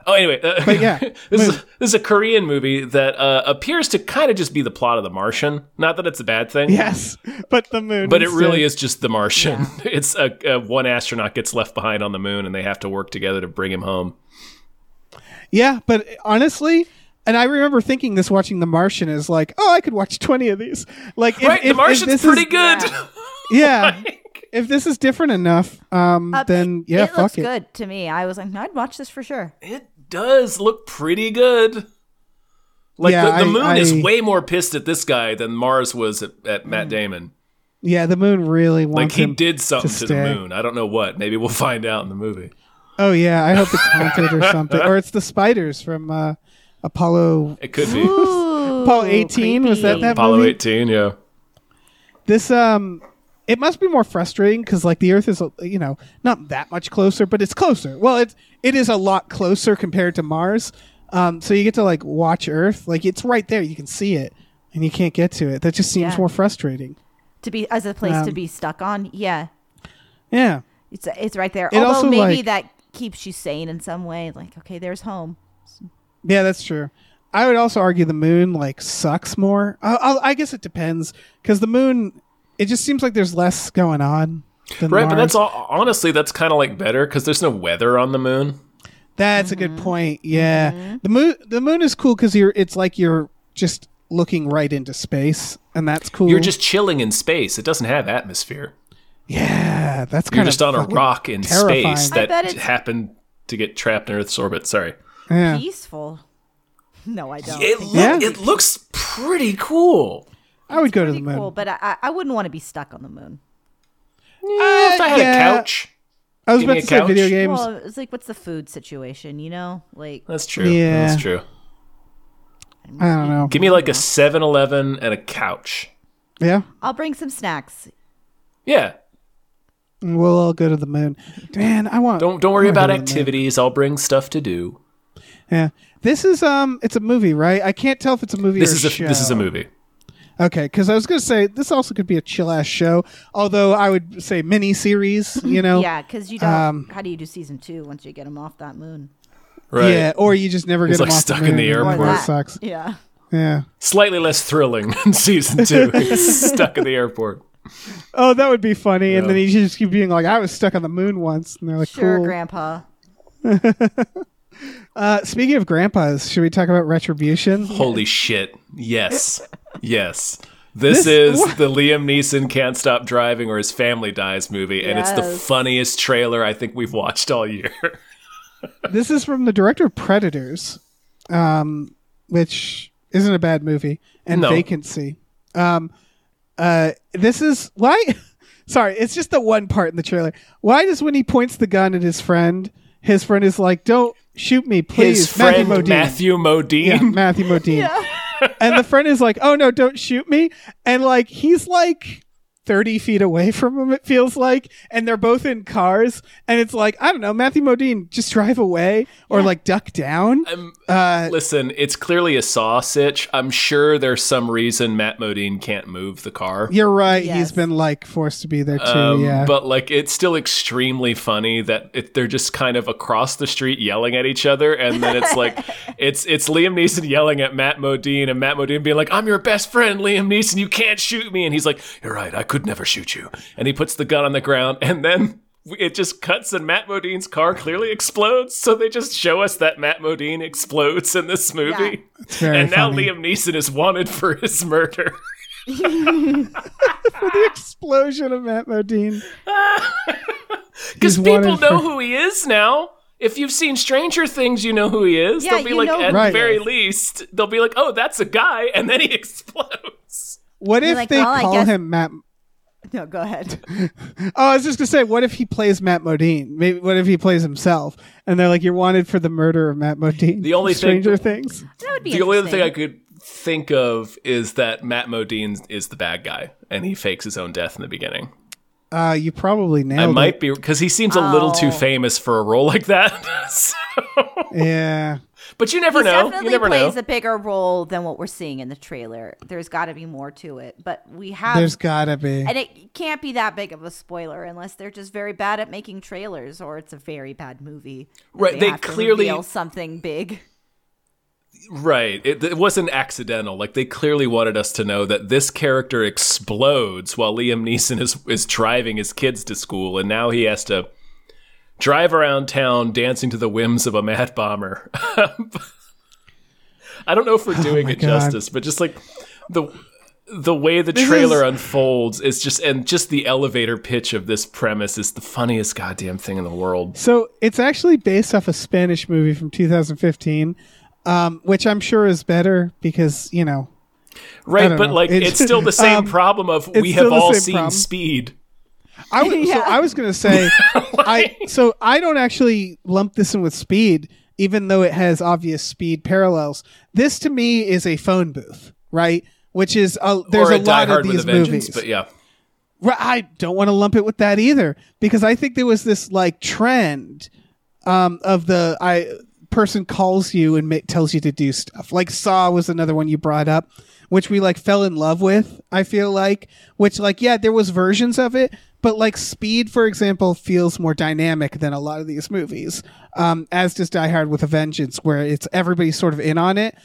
Oh, anyway, uh, yeah, this, is, this is a Korean movie that uh, appears to kind of just be the plot of The Martian. Not that it's a bad thing. Yes, but the moon. But it really instead. is just The Martian. It's a, a one astronaut gets left behind on the moon, and they have to work together to bring him home. Yeah, but honestly, and I remember thinking this watching The Martian is like, oh, I could watch twenty of these. Like, if, right, if- The if Martian's this pretty is- good. Yeah, if this is different enough, um, Uh, then it- yeah, it fuck looks it. good to me. I was like, I'd watch this for sure. It does look pretty good. Like Yeah, the, the I- moon is I- way more pissed at this guy than Mars was at, at Matt Damon. Yeah, the moon really Like wants he Mm. him did something to, the stay. moon. I don't know what. Maybe we'll find out in the movie. Oh yeah, I hope it's haunted or something, or it's the spiders from uh, Apollo. It could be Ooh, Apollo 18 was that creepy. that Apollo movie? 18. Yeah. This um, it must be more frustrating because like the Earth is you know not that much closer, but it's closer. Well, it's it is a lot closer compared to Mars. Um, so you get to like watch Earth, like it's right there, you can see it, and you can't get to it. That just seems Yeah. more frustrating. to be as a place to Um, be stuck on? Yeah, Yeah, it's it's right there. It Although also, maybe like- that keeps you sane in some way. Like, okay, there's home. yeah, that's true. I would also argue the moon like sucks more. I, I'll, I guess it depends because the moon, it just seems like there's less going on. Than Right, but that's Mars. all. Honestly, that's kind of like better because there's no weather on the moon. That's a Mm-hmm. good point. Yeah, the moon the moon is cool because you're it's like you're just looking right into space, and that's cool. You're just chilling in space. It doesn't have atmosphere. yeah, that's kind You're of just on a fucking- rock in terrifying. space I that bet it's- happened to get trapped in Earth's orbit. Sorry. Yeah. Peaceful. No, I don't. It, think loo- Yeah. it looks pretty cool. I would go to the Pretty moon. cool, but I I- I wouldn't want to be stuck on the moon. Eh, if I had yeah. a couch, I was Give about me to a say couch. video games. Well, it's like, what's the food situation? You know, like that's true. Yeah. That's true. I don't know. Give me like a 7 Eleven and a couch. Yeah, I'll bring some snacks. Yeah. we'll all go to the moon. Man, I want. Don't don't worry I wanna about go to the moon. activities. I'll bring stuff to do. Yeah, this is um, it's a movie, right? I can't tell if it's a movie. This or is a show. this is a movie. Okay, because I was gonna say this also could be a chill ass show, although I would say mini series. You know. Mm-hmm. Yeah, because you don't. Um, how do you do season two once you get them off that moon? Right. Yeah, or you just never It's get 'em like off stuck the in the moon. airport. That that. sucks. Yeah. Yeah. Slightly less thrilling in season 2. It's stuck in the airport. Oh, that would be funny. And Yeah. then he just keep being like, I was stuck on the moon once. And they're like, Sure, cool. Grandpa. uh, speaking of grandpas, should we talk about retribution? Holy shit. Yes. Yes. This, This- is what? the Liam Neeson Can't Stop Driving or His Family Dies movie, and it's the Yes. funniest trailer I think we've watched all year. this is from the director of Predators, um, which isn't a bad movie, and No. Vacancy. Um, uh, this is why. Sorry, it's just the one part in the trailer. Why does when he points the gun at his friend, his friend is like, "Don't shoot me, please." His friend Matthew Modine. Matthew Modine. Yeah, Matthew Modine. And the friend is like, "Oh no, don't shoot me!" And like he's like 30 feet away from him, it feels like. And they're both in cars. And it's like, I don't know, Matthew Modine, just drive away or like duck down. Listen, it's clearly a saw sitch. I'm sure there's some reason Matt Modine can't move the car. You're right. Yes. He's been like forced to be there too. yeah. Um, But like, it's still extremely funny that it, they're just kind of across the street yelling at each other, and then it's like, it's it's Liam Neeson yelling at Matt Modine, and Matt Modine being like, "I'm your best friend, Liam Neeson. You can't shoot me," and he's like, "You're right. I could never shoot you." And he puts the gun on the ground, and then. It just cuts and Matt Modine's car clearly explodes, so they just show us that Matt Modine explodes in this movie. very and now funny. Liam Neeson is wanted for his murder. the explosion of Matt Modine. Because He's people wanted know for- who he is now. If you've seen Stranger Things, you know who he is. Yeah, they'll be you like, know at who the Right. very least, they'll be like, oh, that's a guy. And then he explodes. What You're if like, they "Well, I call guess-" him Matt? No, go ahead. Oh, I was just gonna say, what if he plays Matt Modine? Maybe what if he plays himself? And they're like, "You're wanted for the murder of Matt Modine." The only thing- Stranger Things. That would be The only other thing I interesting. could think of is that Matt Modine is the bad guy and he fakes his own death in the beginning. Uh, you probably I nailed might be because he seems a little too Oh. famous for a role like that. So- it. Yeah, but you never He know. definitely You never know. plays a bigger role than what we're seeing in the trailer. There's got to be more to it, but we have there's gotta be. and it can't be that big of a spoiler unless they're just very bad at making trailers or it's a very bad movie. that Right, they have to clearly- reveal something big. Right. It, it wasn't accidental. Like they clearly wanted us to know that this character explodes while Liam Neeson is is driving his kids to school, and now he has to drive around town dancing to the whims of a mad bomber. I don't know if we're doing Oh my it God. justice, but just like the the way the trailer unfolds is just and just the elevator pitch of this premise is the funniest goddamn thing in the world. So it's actually based off a Spanish movie from 2015, um, which I'm sure is better because you know Right, don't but know. like it's, It's- still the same um, problem of we have still the all same seen problem. speed. I was, so Yeah. I was gonna say, I so I don't actually lump this in with speed, even though it has obvious speed parallels. This to me is a phone booth, right? Which is a, there's or a, a, Die lot of Hard with these a Vengeance, movies. but yeah, Right, I don't want to lump it with that either because I think there was this like trend um, of the I person calls you and ma- tells you to do stuff. Like Saw was another one you brought up, which we like fell in love with. I feel like, which like yeah, there was versions of it, but like Speed, for example, feels more dynamic than a lot of these movies. Um, as does Die Hard with a Vengeance, where it's everybody's sort of in on it.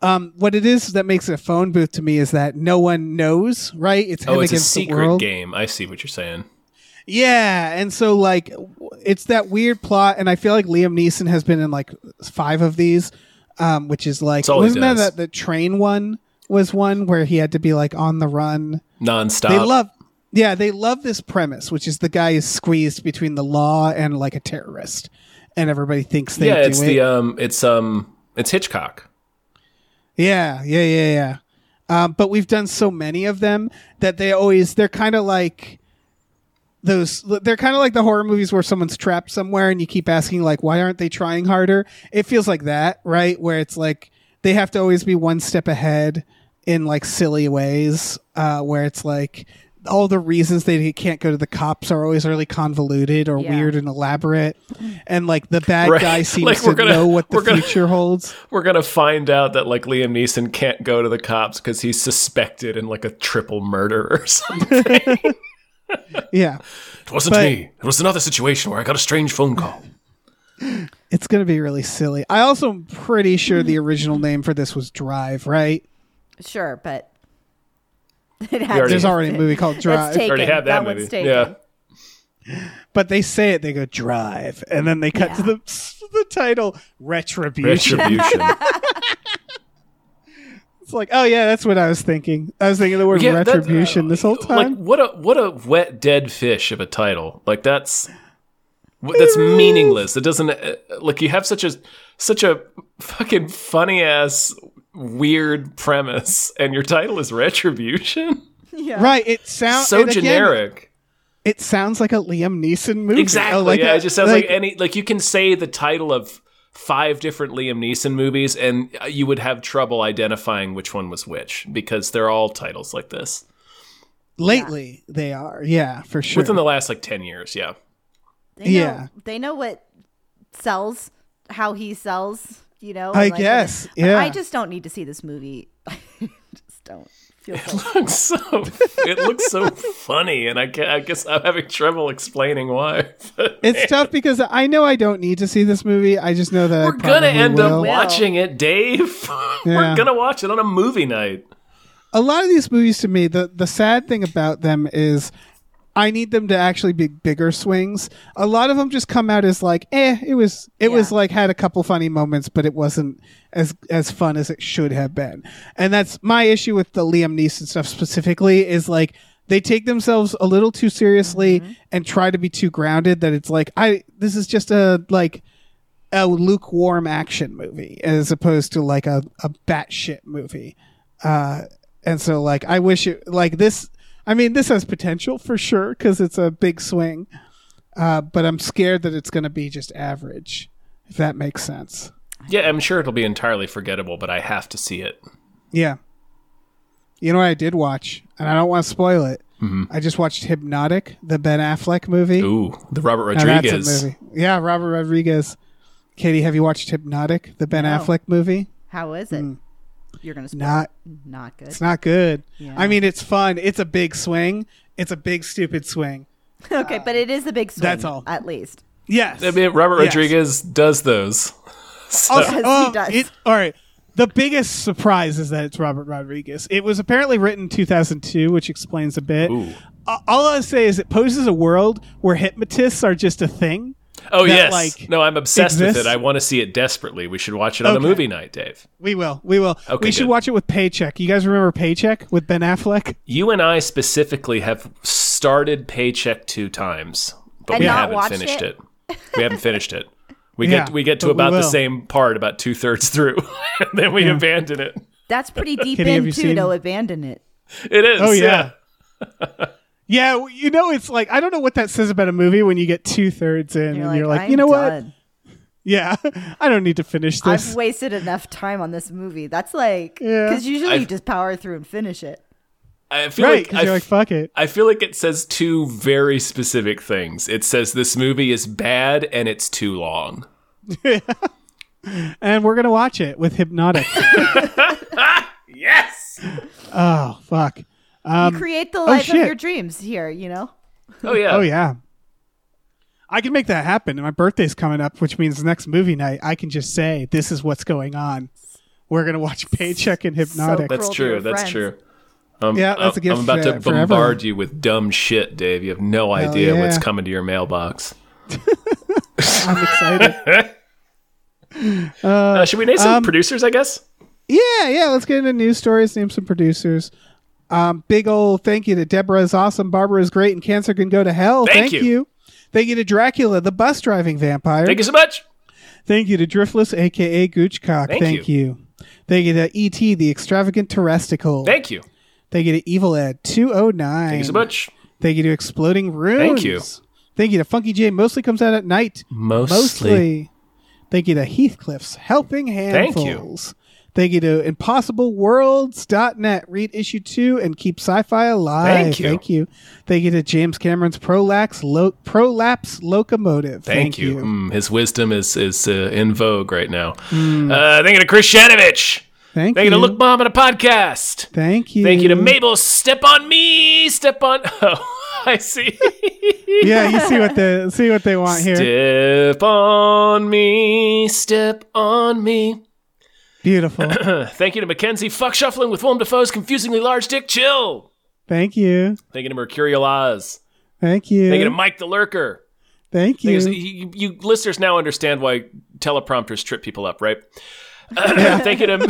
Um, what it is that makes it a phone booth to me is that no one knows, right? It's him oh, it's a against the secret world. game. I see what you're saying. Yeah, and so like w- it's that weird plot, and I feel like Liam Neeson has been in like five of these, um, which is like all he wasn't that, does. that the train one was one where he had to be like on the run. Nonstop. They love, yeah, they love this premise, which is the guy is squeezed between the law and like a terrorist, and everybody thinks they yeah, do it's it. the um, it's um, it's Hitchcock. Yeah, yeah, yeah, yeah. Um, but we've done so many of them that they always they're kind of like those they're kind of like the horror movies where someone's trapped somewhere and you keep asking like why aren't they trying harder it feels like that right where it's like they have to always be one step ahead in like silly ways uh, where it's like all the reasons they can't go to the cops are always really convoluted or Yeah. weird and elaborate and like the bad Right. guy seems Like, we're to gonna- know what the we're gonna- future holds We're gonna find out that like Liam Neeson can't go to the cops because he's suspected in like a triple murder or something. yeah it wasn't But- me. It was another situation where I got a strange phone call. It's going to be really silly. I also am pretty sure the original name for this was Drive, right? Sure, but it already- has There's already a movie called It's Drive, taken. Already had that, one's movie. taken. Yeah. but they say it, they go Drive, and then they cut to the the title Retribution. Retribution. it's like, oh yeah, that's what I was thinking. I was thinking the word Yeah, that- uh, Retribution this whole like time. what a what a wet dead fish of a title. Like that's wh- that's meaningless. It doesn't uh, like you have such a such a fucking funny ass weird premise, and your title is retribution. right? It sounds So Oh, and again, generic. It sounds like a Liam Neeson movie. Exactly. Oh, like yeah, a- it just sounds like, any like you can say the title of five different Liam Neeson movies and uh, you would have trouble identifying which one was which because they're all titles like this. Lately, they are. Yeah, for sure. Within the last like 10 years, yeah. They know, Yeah. They know what sells, how he sells, you know? I and, like, guess, and- yeah. I just don't need to see this movie. I just don't. Feel so- Looks so it looks so funny and I, ca- I guess I'm having trouble explaining why. but it's tough because I know I don't need to see this movie. I just know that I We're gonna probably end up will. watching it, Dave. We're Yeah. gonna watch it on a movie night. a lot of these movies to me the the sad thing about them is I need them to actually be bigger swings. A lot of them just come out as like, eh, it was it was Yeah. like had a couple funny moments, but it wasn't as as fun as it should have been. And that's my issue with the Liam Neeson stuff specifically is like they take themselves a little too seriously and try to be too grounded that it's like I this is just a like a lukewarm action movie as opposed to like a, a batshit movie. Uh, and so like I wish it like this. I mean, this has potential for sure because it's a big swing. Uh, but I'm scared that it's going to be just average, if that makes sense. Yeah, I'm sure it'll be entirely forgettable, but I have to see it. Yeah. You know what I did watch, and I don't want to spoil it. I just watched Hypnotic, the Ben Affleck movie. Mm-hmm. Ooh, the Robert Now that's a Rodriguez. movie. Yeah, Robert Rodriguez. Katie, have you watched Hypnotic, the Ben No. Affleck movie? how is it? You're gonna spoil Mm. Not it. not good. It's not good. Yeah. I mean, it's fun. It's a big swing. It's a big stupid swing. okay, but it is the big swing. that's all. At least Yes. I mean, Robert Yes. Rodriguez does those. So, Also- Yes, he oh, does. it- all right. The biggest surprise is that it's Robert Rodriguez. It was apparently written in 2002, which explains a bit. Ooh. A- All I say is it poses a world where hypnotists are just a thing. oh that, yes, like, no, I'm obsessed with exists? it. I want to see it desperately. We should watch it on a Okay. movie night, Dave. We will. We will. Okay, we should good. watch it with Paycheck. You guys remember Paycheck with Ben Affleck? You and I specifically have started Paycheck two times, but And we not haven't watched finished it. it? We haven't finished it. We Yeah, get we get to but we about the will. same part about two thirds through, and then we abandon it. that's pretty deep Kitty, have in you too seen- to abandon it. It is. Oh, yeah. yeah. Yeah, well, you know, it's like, I don't know what that says about a movie when you get two thirds in and You're you're like, like, I'm you know what? done. Yeah, I don't need to finish this. I've wasted enough time on this movie. That's like Yeah. because usually you I've- just power through and finish it. I feel right. like Because I, you're like, f- fuck it. I feel like it says two very specific things. It says this movie is bad and it's too long. And we're going to watch it with Hypnotic. Yes. oh, fuck. you create the life of Um, oh, shit. your dreams here. You know. Oh yeah. Oh, yeah. I can make that happen. My birthday's coming up, which means the next movie night, I can just say, this is what's going on. We're going to watch Paycheck and Hypnotic. So That's Cruel to true. your That's friends. true. Um, Yeah, that's a gift I'm about for- to for bombard everyone. you with dumb shit, Dave. You have no idea yeah. what's coming to your mailbox. I'm excited. Uh, should we name some producers? I guess. yeah, yeah. Let's get into news stories, name some producers. Um, big old thank you to Deborah is awesome, Barbara is great, and Cancer can go to hell. Thank you. Thank you to Dracula, the bus driving vampire. Thank you so much. Thank you to Driftless, aka Goochcock. Thank Thank, you. you. Thank you to ET, the extravagant terresticle. Thank you. Thank you to Evil Ed 209. Thank you so much. Thank you to Exploding Runes. Thank you. Thank you to Funky J. Mostly comes out at night. Mostly. Thank you to Heathcliff's Helping Thank you. Handfuls. Thank you to ImpossibleWorlds.net. Read issue two and keep sci-fi alive. Thank you. Thank you. Thank you to James Cameron's Prolapse, lo- Prolapse Locomotive. Thank, you. Mm, his wisdom is is uh, in vogue right now. Uh, thank you to Chris Shanovich. Thank, Thank you to Look Mom at a podcast. Thank you. Thank you to Mabel. Step on me. Step on. Oh, I see. yeah, you see what the see what they want here. Step on me. Step on me. Uh, Beautiful. Thank you to Mackenzie. Fuck shuffling with Willem Dafoe's confusingly large dick. Chill. Thank you. Thank you to Mercurial Oz. Thank you. Thank you to Mike the Lurker. Thank Thing you. is, You, you, you listeners now understand why teleprompters trip people up, right? thank you to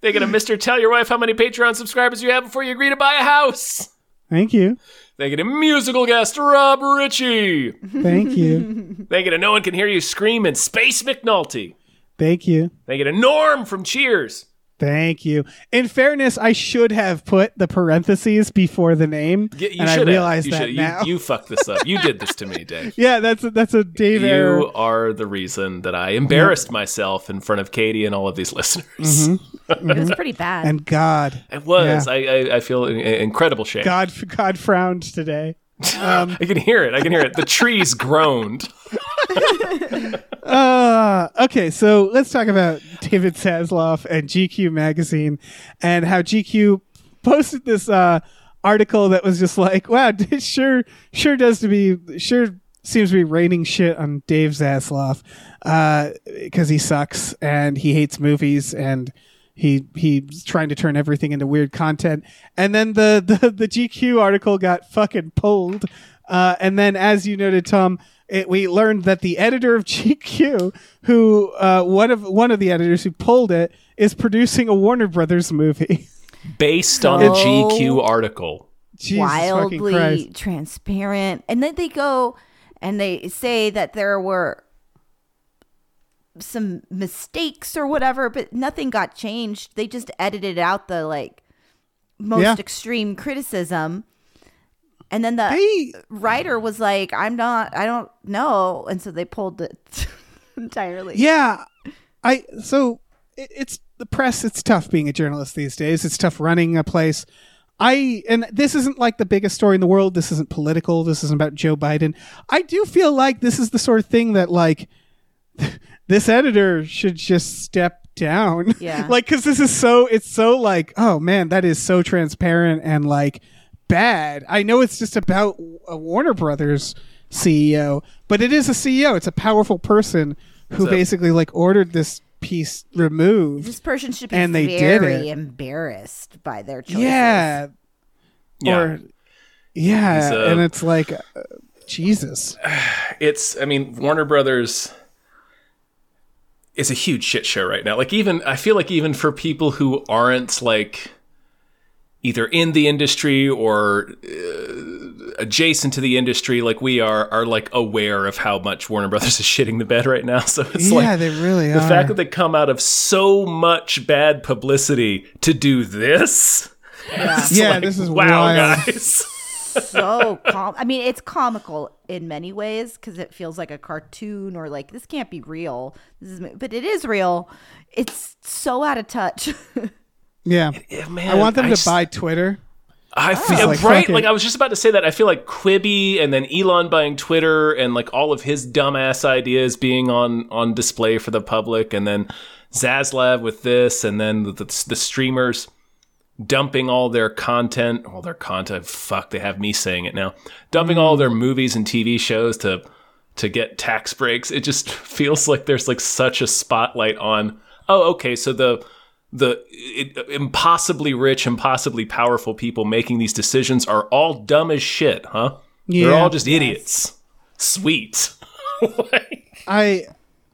thank you to Mister. Tell your wife how many Patreon subscribers you have before you agree to buy a house. Thank you. Thank you to musical guest Rob Ritchie. Thank you. Thank you to no one can hear you scream and Space McNulty. Thank you. Thank you to Norm from Cheers. Thank you. In fairness, I should have put the parentheses before the name, Yeah, you and I should have. realize you that should- you- now. You, fucked this up. You did this to me, Dave. yeah, that's a, that's a Dave error. You are the reason that I embarrassed myself in front of Katie and all of these Mm-hmm. listeners. It was pretty bad. And God, It was. I, I, I feel in, in- incredible shame. God, God frowned today. um, I can hear it. I can hear it. The trees groaned. Uh, okay, so let's talk about David Sasloff and GQ magazine and how GQ posted this uh, article that was just like, wow, it sure sure does to be sure seems to be raining shit on Dave Zasloff because he sucks and he hates movies and he he's trying to turn everything into weird content. And then the the, the GQ article got fucking pulled. Uh, and then, as you noted, Tom, it, we learned that the editor of GQ, who uh, one of one of the editors who pulled it, is producing a Warner Brothers movie. Based on a So- GQ article. Jesus fucking wildly Christ. transparent. And then they go and they say that there were some mistakes or whatever, but nothing got changed. They just edited out the like most Yeah. extreme criticism. And then the They- writer was like, I'm not, I don't know. And so they pulled it entirely. Yeah, I so it, it's the press. It's tough being a journalist these days. It's tough running a place. I and this isn't like the biggest story in the world. This isn't political. This isn't about Joe Biden. I do feel like this is the sort of thing that like this editor should just step down. Yeah. like because this is so it's so like oh man that is so transparent and like bad. I know it's just about a Warner Brothers CEO, but it is a CEO. It's a powerful person who basically like ordered this piece removed. This person should be And they did very it. embarrassed by their choices. Yeah. Yeah. Or yeah, He's, uh, and it's like uh, Jesus. it's i mean warner brothers is a huge shit show right now like even i feel like even for people who aren't like either in the industry or uh, adjacent to the industry like we are are like aware of how much warner brothers is shitting the bed right now so it's yeah, like they really the are. fact that they come out of so much bad publicity to do this it's yeah, like, this is wow wild. guys so com- I mean, it's comical in many ways because it feels like a cartoon or like this can't be real. This is, but it is real. It's so out of touch. Yeah, Yeah, man, I want them to just- buy Twitter. I feel like, right. fuck it. Like I was just about to say that. I feel like Quibi and then Elon buying Twitter and like all of his dumbass ideas being on on display for the public, and then Zaslav with this, and then the, the, the streamers dumping all their content, all their content. Fuck, they have me saying it now. Dumping Mm. all their movies and TV shows to to get tax breaks. It just feels like there's like such a spotlight on. Oh, okay, so the the it, impossibly rich, impossibly powerful people making these decisions are all dumb as shit, huh? They're Yeah. all just idiots. Sweet. I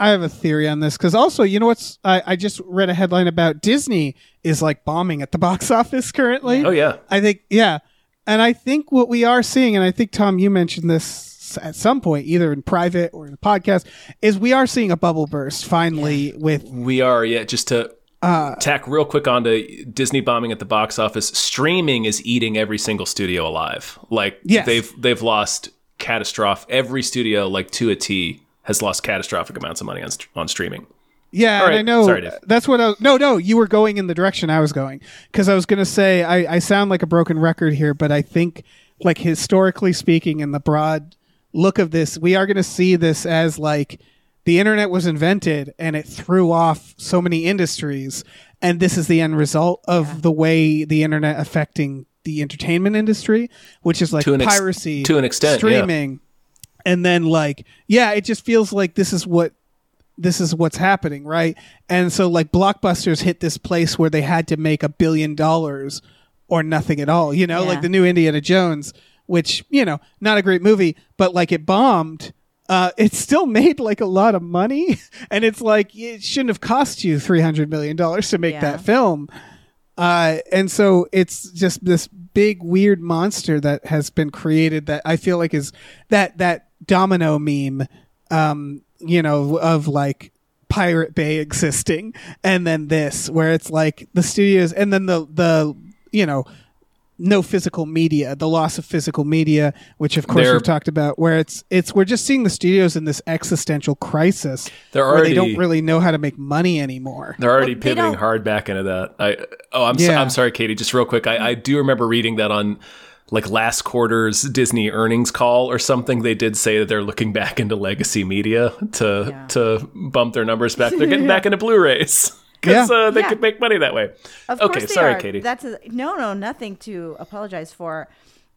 I have a theory on this because also you know what's I, I just read a headline about Disney is like bombing at the box office currently. oh yeah. I think yeah, and I think what we are seeing, and I think Tom, you mentioned this at some point, either in private or in a podcast, is we are seeing a bubble burst finally with We are, yeah, just to tack real quick onto Disney bombing at the box office. Streaming is eating every single studio alive. Like Yes. they've they've lost catastrophic every studio like to a T has lost catastrophic amounts of money on st- on streaming. Yeah, and right. I know Sorry, Dave. that's what I was. No, no, you were going in the direction I was going because I was going to say I, I sound like a broken record here, but I think like historically speaking, in the broad look of this, we are going to see this as like the internet was invented and it threw off so many industries, and this is the end result of the way the internet affecting the entertainment industry, which is like To an ex- piracy to an extent, yeah. streaming. And then like yeah, it just feels like this is what this is what's happening, right? And so like blockbusters hit this place where they had to make a billion dollars or nothing at all, you know, Yeah. like the new Indiana Jones, which, you know, not a great movie, but like it bombed. Uh, it still made like a lot of money, and it's like it shouldn't have cost you three hundred million dollars to make Yeah. that film. Uh, and so it's just this big weird monster that has been created that I feel like is that that domino meme, um, you know, of like Pirate Bay existing, and then this where it's like the studios, and then the the you know no physical media, the loss of physical media, which of course They're- we've talked about, where it's it's we're just seeing the studios in this existential crisis. They're where they already- don't really know how to make money anymore. They're already Well, they pivoting don't- hard back into that. I oh, I'm so, Yeah. I'm sorry, Katie. Just real quick, I, I do remember reading that on like last quarter's Disney earnings call or something. They did say that they're looking back into legacy media to Yeah. to bump their numbers back. They're getting back into Blu-rays because Yeah. uh, they Yeah. could make money that way. Of okay, course they sorry, are. Katie. That's a, no, no, nothing to apologize for.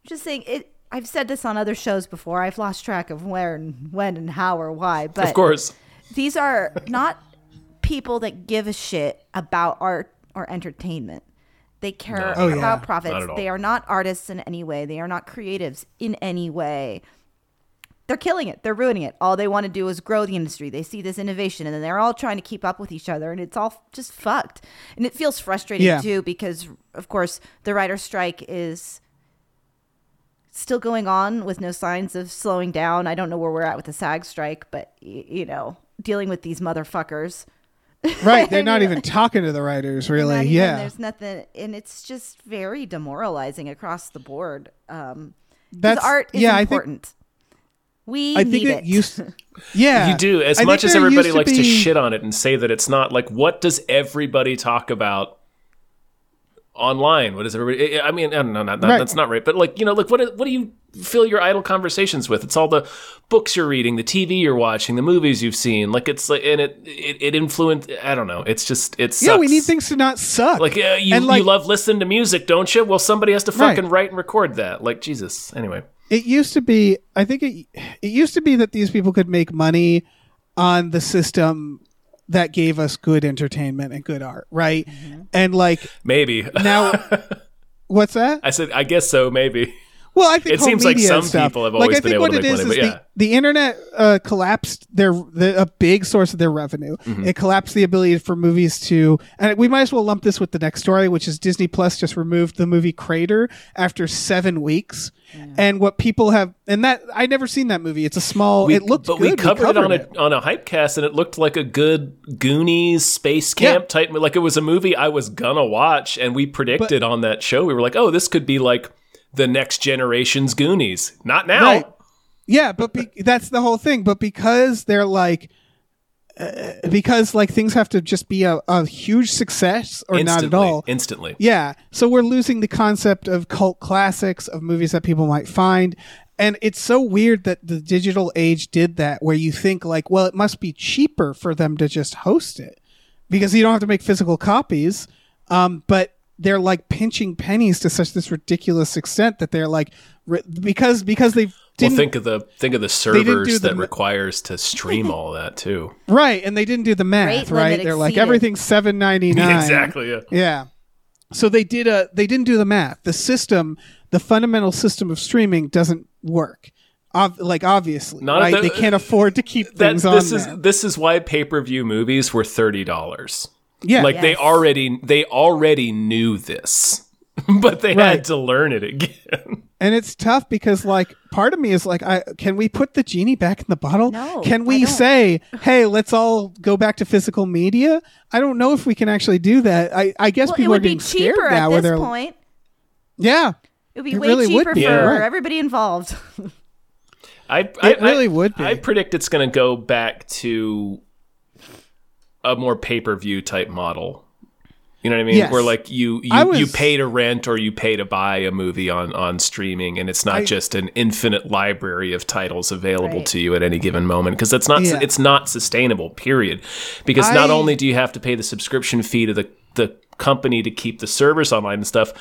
Just saying it. I've said this on other shows before. I've lost track of where and when and how or why, but of course, these are not people that give a shit about art or entertainment. They care No. Oh, about yeah. Not at profits. all. They are not artists in any way. They are not creatives in any way. They're killing it. They're ruining it. All they want to do is grow the industry. They see this innovation and then they're all trying to keep up with each other and it's all just fucked. And it feels frustrating Yeah. too because of course the writer's strike is still going on with no signs of slowing down. I don't know where we're at with the SAG strike, but y- you know, dealing with these motherfuckers. Right? They're not even talking to the writers, really. Not even- yeah. there's nothing, and it's just very demoralizing across the board. Um, 'cause That's- art is yeah, I think- important. we I need think it. it used. Yeah, you do. As I think much as there everybody used likes to be- shit on it and say that it's not, like, what does everybody talk about? Online, what is everybody? I I mean, I don't know, not, not, Right. that's not right. But like, you know, look, what do- what do you fill your idle conversations with? It's all the books you're reading, the TV you're watching, the movies you've seen. Like, it's like, and it it, it influence. I don't know. It's just it's Yeah, we need things to not suck. like uh, you And, like- you love listening to music, don't you? Well, somebody has to Right. fucking write and record that. Like Jesus. Anyway, it used to be i think it it used to be that these people could make money on the system that gave us good entertainment and good art right Mm-hmm. and like maybe. now what's that I said, I guess so. Maybe. well i think It whole seems like media some and stuff. people have Like, always I been think able what to it make is money, is but yeah. the, the internet uh, collapsed their the, a big source of their revenue Mm-hmm. it collapsed the ability for movies to and we might as well lump this with the next story which is disney plus just removed the movie crater after seven weeks and what people have and that i never seen that movie it's a small it looked but good we covered, it on it. a on a hype cast, and it looked like a good Goonies space camp Yeah. type. Like it was a movie I was gonna watch, and we predicted on that show. We were like, oh, this could be like the next generation's Goonies. Not now. Right. Yeah, but be- that's the whole thing. But because they're like, uh, because like things have to just be a, a huge success or Instantly, not at all. Instantly. Yeah, so we're losing the concept of cult classics of movies that people might find. And it's so weird that the digital age did that, where you think like, well, it must be cheaper for them to just host it because you don't have to make physical copies. Um, but they're like pinching pennies to such this ridiculous extent that they're like, ri- because because they Well, didn't think of the think of the didn't do servers the that ma- requires to stream all that too. Right, and they didn't do the math, Rate right? limit They're like exceeded. everything's seven ninety nine. exactly. Yeah. Yeah. So they did a they didn't do the math. The system, the fundamental system of streaming doesn't work. Ob- like obviously, Not right? the- they can't afford to keep That, things on this is there. this is why pay per view movies were thirty dollars. yeah, Like they Yes. already they already knew this, but they had Right. to learn it again. and it's tough because like part of me is like, I can we put the genie back in the bottle? No, can I we don't. say, hey, let's all go back to physical media? I don't know if we can actually do that. I I guess well, it people are would be getting scared cheaper now at where this they're point. yeah. It would be It way really would cheaper be. for Yeah. Right. everybody involved. I, I It really I- would be. I predict it's going to go back to a more pay per view type model. You know what I mean? Yes. Where like you I you, was- you pay to rent or you pay to buy a movie on on streaming, and it's not just an infinite library of titles available Right. to you at any given moment because that's not Yeah. it's not sustainable. Period. Because not I- only do you have to pay the subscription fee to the the company to keep the servers online and stuff.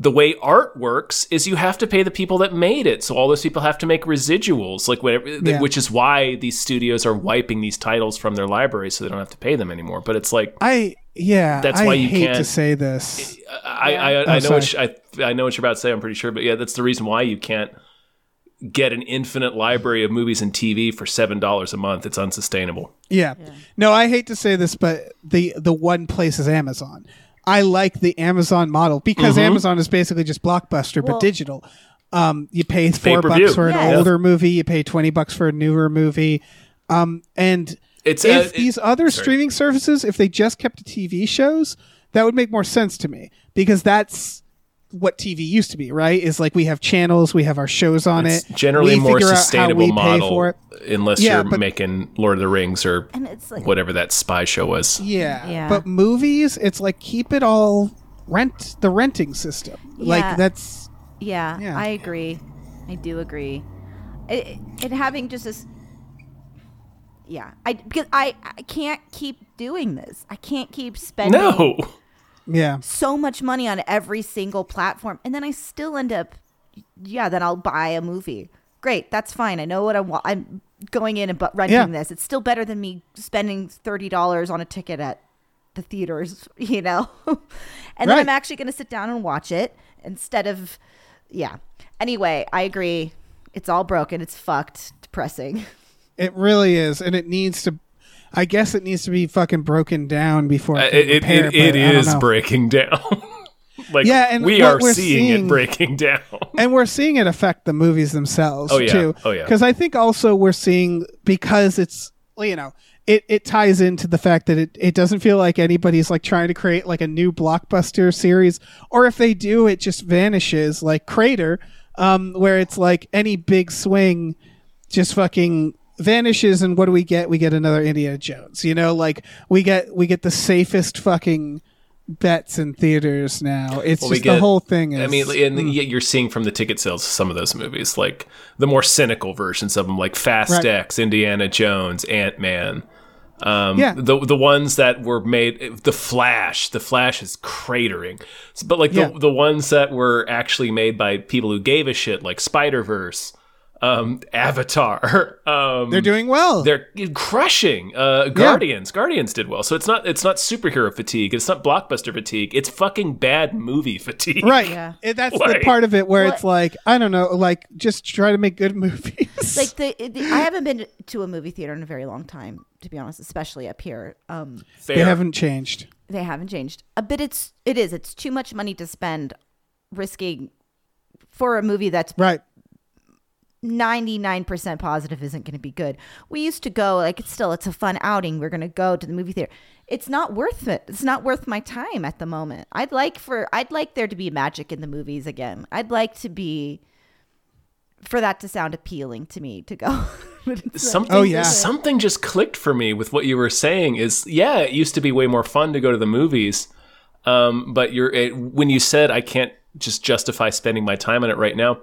The way art works is you have to pay the people that made it. So all those people have to make residuals, like whatever, Yeah. which is why these studios are wiping these titles from their libraries so they don't have to pay them anymore. But it's like I yeah. That's I why you hate to can't- say this. I I, I, I know sorry. what you, I I know what you're about to say. I'm pretty sure, but yeah, that's the reason why you can't get an infinite library of movies and TV for seven dollars a month. It's unsustainable. Yeah. No, I hate to say this, but the the one place is Amazon. I like the Amazon model because Mm-hmm. Amazon is basically just Blockbuster Well- but digital. Um, you pay four pay-per-view. bucks for an Yeah. older movie, you pay twenty bucks for a newer movie, um, and It's uh, if it- these other sorry. streaming services, if they just kept to TV shows, that would make more sense to me because that's what TV used to be, right? Is like we have channels, we have our shows on it's it. generally we a more figure out how sustainable we pay model, for it. unless Yeah, you're but- making Lord of the Rings or And it's like- whatever that spy show was. Yeah. Yeah. But movies, it's like keep it all rent the renting system. Yeah. Like that's Yeah, Yeah. I agree. I do agree. It, it having just this. Yeah, I because I, I can't keep doing this. I can't keep spending No, yeah. so much money on every single platform, and then I still end up. Yeah, then I'll buy a movie. Great, that's fine. I know what I want. I'm going in and bu- renting Yeah. this. It's still better than me spending thirty dollars on a ticket at the theaters. You know, and then Right. I'm actually going to sit down and watch it instead of. Yeah. Anyway, I agree. It's all broken. It's fucked. Depressing. It really is, and it needs to. I guess it needs to be fucking broken down before Uh, it, can it, it, it, repair, but it I don't is know. breaking down. like Yeah, and we what are we're seeing, seeing- it breaking down. and we're seeing it affect the movies themselves Oh, yeah. too. Oh, yeah. Because I think also we're seeing because it's well, you know it, it ties into the fact that it, it doesn't feel like anybody's like trying to create like a new blockbuster series, or if they do, it just vanishes like Crater, um, where it's like any big swing just fucking vanishes and what do we get we get another indiana jones you know like we get we get the safest fucking bets in theaters now it's Well, we just the get- whole thing is I mean, Hmm. and yet you're seeing from the ticket sales of some of those movies, like the more cynical versions of them, like Fast Right. X, Indiana Jones, Ant Man. Um, Yeah. the the ones that were made, the Flash, the Flash is cratering, S- but like Yeah. the the ones that were actually made by people who gave a shit, like Spider Verse, um, Avatar, um, they're doing well they're crushing. Uh, Guardians, Guardians did well, so it's not it's not superhero fatigue, it's not blockbuster fatigue, it's fucking bad movie fatigue, Right. Yeah. And that's Like- the part of it where What- it's like, I don't know, like just try to make good movies. like the, the I haven't been to a movie theater in a very long time, to be honest, especially up here. Um, Fair. they haven't changed. they haven't changed a bit it's it is it's too much money to spend risking for a movie that's Right. 99% positive isn't going to be good we used to go like it's still it's a fun outing we're going to go to the movie theater it's not worth it it's not worth my time at the moment i'd like for i'd like there to be magic in the movies again i'd like to be for that to sound appealing to me to go But it's like- something Oh, yeah. something just clicked for me with what you were saying is yeah it used to be way more fun to go to the movies um, but you're it, when you said i can't just justify spending my time on it right now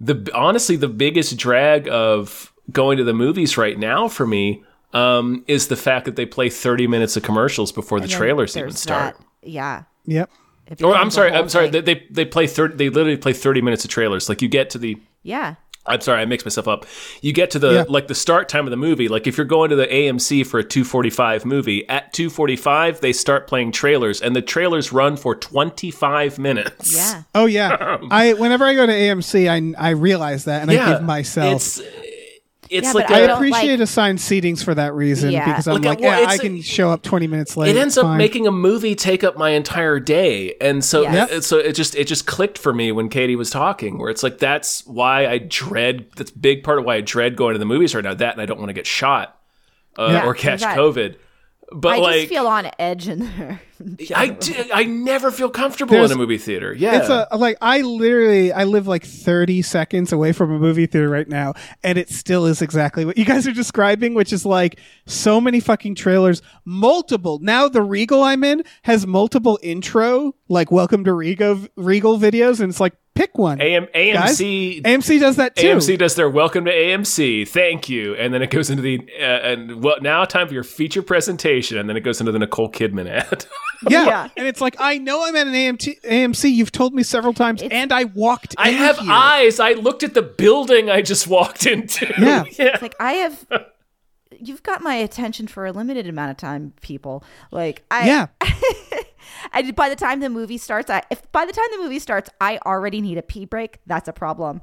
the honestly the biggest drag of going to the movies right now for me um, is the fact that they play 30 minutes of commercials before the and then trailers even there's start that. yeah Yep. It or i'm becomes a sorry whole i'm sorry thing. they, they, they play 30 they literally play 30 minutes of trailers like you get to the yeah I'm sorry, I mixed myself up. You get to the Yeah. like the start time of the movie. Like if you're going to the AMC for a 2:45 movie, at 2:45 they start playing trailers, and the trailers run for 25 minutes. yeah Oh yeah. Um, I whenever I go to AMC, I I realize that and I give myself It's eh, it's Yeah, like but a- I I don't appreciate like- assigned seatings for that reason Yeah. because I'm Like, like, well, yeah, it's- I can show up 20 minutes late. it ends it's up fine. making a movie take up my entire day and so Yes. it- so it just it just clicked for me when katie was talking where it's like that's why i dread that's a big part of why i dread going to the movies right now that and i don't want to get shot uh, Yeah, or catch that- covid but i like just feel on edge in there I, do- I never feel comfortable There's- in a movie theater. Yeah. It's a like I literally I live like 30 seconds away from a movie theater right now and it still is exactly what you guys are describing which is like so many fucking trailers multiple now the Regal I'm in has multiple intro like welcome to Regal Regal videos and it's like pick one AM, guys. AMC AMC does that too AMC does their welcome to AMC, thank you, and then it goes into the uh, and well now time for your feature presentation, and then it goes into the Nicole Kidman ad. yeah. Yeah. and it's like I know I'm at an AMT, AMC you've told me several times It's- and I walked I in have here. eyes. I looked at the building I just walked into. Yeah. It's like I have you've got my attention for a limited amount of time, people. Like I Yeah. I by the time the movie starts, I if by the time the movie starts, I already need a pee break, that's a problem.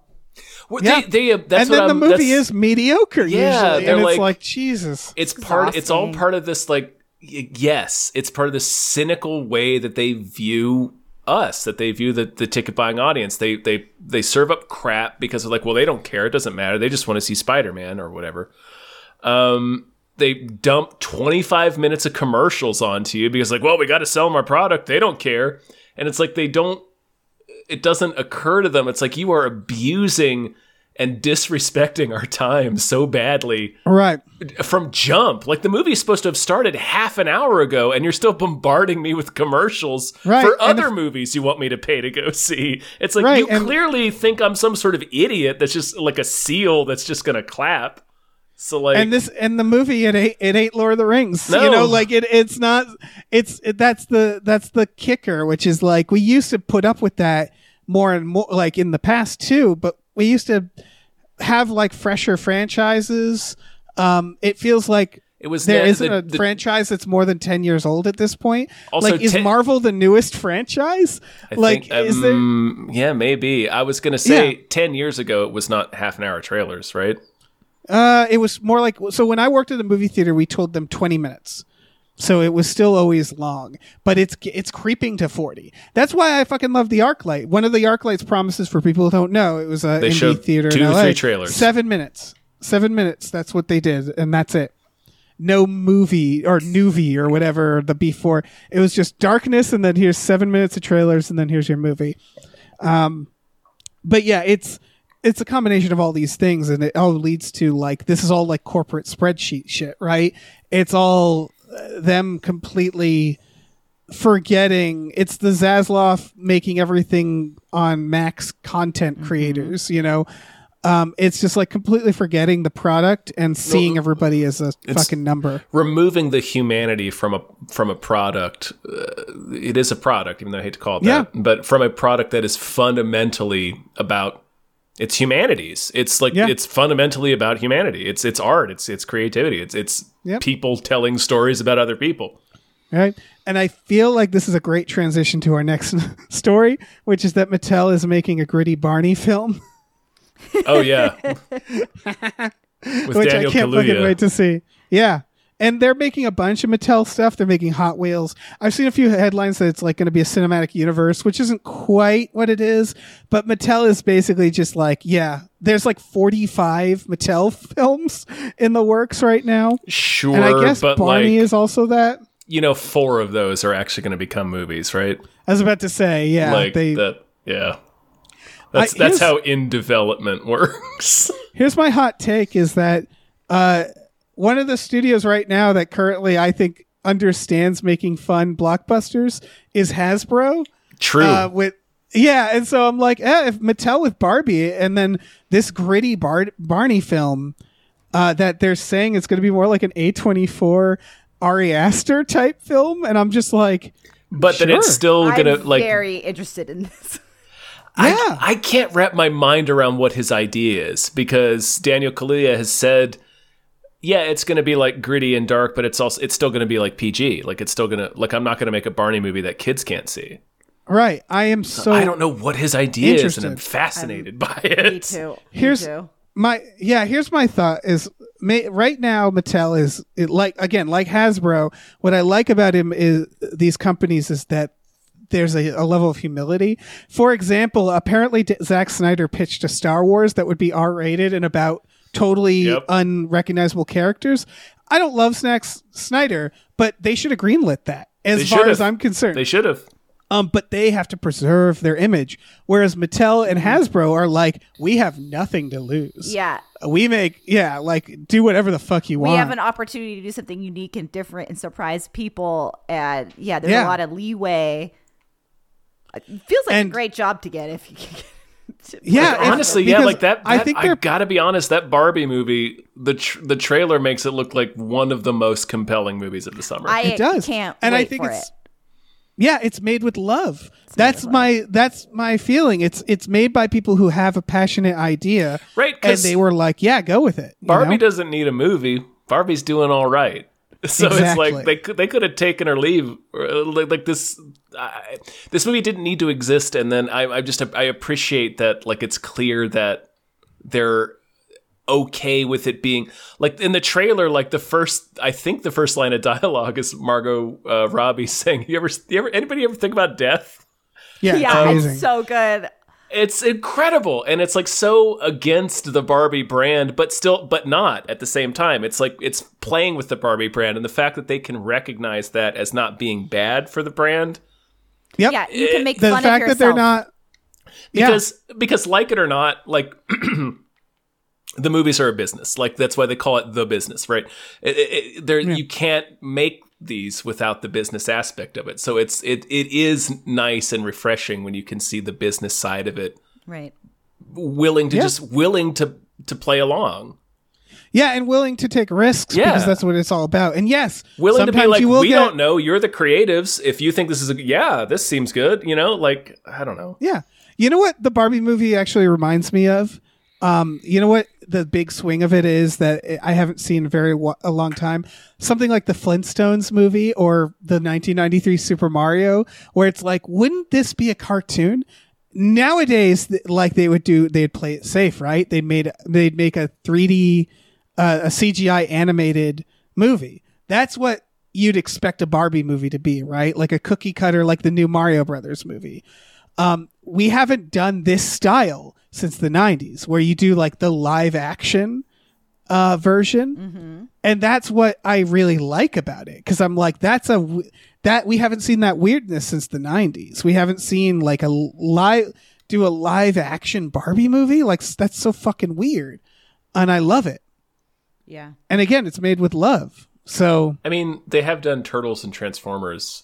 Well, Yeah. They, they, uh, that's and what then the I'm- movie that's- is mediocre Yeah, usually they're and it's like- like Jesus it's part it's all exhausting. part of this like y- yes it's part of this cynical way that they view us that they view the, the ticket buying audience they they they serve up crap because they're like well they don't care it doesn't matter they just want to see spider-man or whatever um they dump 25 minutes of commercials onto you because like, well, we got to sell them our product. They don't care. And it's like they don't it doesn't occur to them. It's like you are abusing and disrespecting our time so badly Right. from jump. Like the movie's supposed to have started half an hour ago, and you're still bombarding me with commercials Right, for and other if- movies you want me to pay to go see. It's like Right, you and- clearly think I'm some sort of idiot that's just like a seal that's just gonna clap. So like, and this and the movie it ain't it ain't Lord of the Rings. No. You know, like it it's not it's it, that's the that's the kicker, which is like we used to put up with that more and more like in the past too, but we used to have like fresher franchises. Um it feels like it was there the- isn't the- a the- franchise that's more than 10 years old at this point. Also, like is ten- Marvel the newest franchise? I like think, is there um, yeah, maybe. I was gonna say Yeah. ten years ago it was not half an hour trailers, right? Uh, it was more like so when I worked at the movie theater, we told them twenty minutes, so it was still always long. But it's it's creeping to forty. That's why I fucking love the ArcLight. One of the ArcLight's promises for people who don't know, it was a They indie showed theater in two to LA. three trailers. seven minutes, seven minutes. That's what they did, and that's it. No movie or newbie or whatever the before. It was just darkness, and then here's seven minutes of trailers, and then here's your movie but yeah, it's it's a combination of all these things, and it all leads to like this is all like corporate spreadsheet shit, right? It's all uh, them completely forgetting. It's the Zasloff making everything on max content creators, you know. Um, it's just like completely forgetting the product and seeing everybody as a fucking number. removing the humanity from a from a product uh, it is a product even though i hate to call it Yeah. that but from a product that is fundamentally about it's humanities it's like Yeah. it's fundamentally about humanity it's it's art it's it's creativity it's it's Yep. people telling stories about other people Right. And I feel like this is a great transition to our next story, which is that Mattel is making a gritty Barney film. oh yeah with which daniel I can't fucking kaluuya wait to see. Yeah. And they're making a bunch of Mattel stuff. They're making Hot Wheels. I've seen a few headlines that it's like going to be a cinematic universe, which isn't quite what it is. But Mattel is basically just like, yeah, there's like 45 Mattel films in the works right now. sure And I guess but Barney like is also that. you know four of those are actually going to become movies right I was about to say, yeah, like Uh, they, that yeah that's I- that's here's- how in development works here's my hot take is that uh, one of the studios right now that currently I think understands making fun blockbusters is Hasbro. true Uh, with yeah, and so I'm like, eh, if Mattel with Barbie, and then this gritty Bar- Barney film uh, that they're saying it's going to be more like an A24 Ari Aster type film, and I'm just like, but then it's Sure. still gonna I'm like very interested in this. I, I can't wrap my mind around what his idea is because Daniel Kaluuya has said yeah it's gonna be like gritty and dark but it's also it's still gonna be like PG like it's still gonna like I'm not gonna make a Barney movie that kids can't see right, I am so I don't know what his idea is and I'm Interested. fascinated by Um, Me it too. Here's- Me too. my yeah here's my thought is ma- right now mattel is it like again like hasbro what i like about him is these companies is that there's a, a level of humility for example apparently D- Zack snyder pitched a star wars that would be r-rated and about totally Yep. unrecognizable characters i don't love snacks snyder but they should have greenlit that as They far should've. as i'm concerned they should have um, but they have to preserve their image whereas mattel and hasbro are like we have nothing to lose Yeah. we make yeah, like do whatever the fuck you We want. have an opportunity to do something unique and different and surprise people. And yeah, there's Yeah. a lot of leeway. It feels like And- a great job to get if you can get yeah, and- honestly yeah because like that, I think I they're gotta be honest that Barbie movie the tr- the trailer makes it look like one of the most compelling movies of the summer I it does. can't and I wait think for it's it. yeah, it's made with love. that's my that's my feeling. It's it's made by people who have a passionate idea, Right, And 'cause they were like, yeah, go with it. you Barbie know? doesn't need a movie. Barbie's doing all right. So it's Exactly. like they could they could have taken her leave or, uh, like, like this. I, this movie didn't need to exist, and then I, I just I appreciate that like it's clear that they're okay with it being like in the trailer. Like the first, I think the first line of dialogue is Margot uh, Robbie saying, "You ever, you ever, anybody ever think about death?" yeah, Yeah, amazing. it's so good. It's incredible, and it's like so against the Barbie brand, but still, but not at the same time. It's like it's playing with the Barbie brand, and the fact that they can recognize that as not being bad for the brand, Yep. Yeah, you can make the fun fact of yourself. that they're not. Yeah. because because like it or not like the movies are a business like that's why they call it the business right it, it, it- there you can't make these without the business aspect of it so it's it it is nice and refreshing when you can see the business side of it right. willing to Yeah. just willing to to play along Yeah, and willing to take risks Yeah. because that's what it's all about. And yes, willing to sometimes be like you will we get, don't know you're the creatives if you think this is a, yeah this seems good you know like i don't know Yeah. You know what the Barbie movie actually reminds me of? Um, you know what the big swing of it is that I- I haven't seen in very wa- a long time. Something like the Flintstones movie or the 1993 Super Mario, where it's like, wouldn't this be a cartoon? Nowadays, th- like they would do, they'd play it safe, right? They made they'd make a 3D, uh, a CGI animated movie. That's what you'd expect a Barbie movie to be, right? Like a cookie cutter, like the new Mario Brothers movie um, we haven't done this style since the 90s where you do like the live action uh, version and that's what i really like about it because i'm like that's a w- that we haven't seen that weirdness since the 90s we haven't seen like a live do a live action barbie movie like s- that's so fucking weird and i love it Yeah. and again it's made with love so i mean they have done turtles and transformers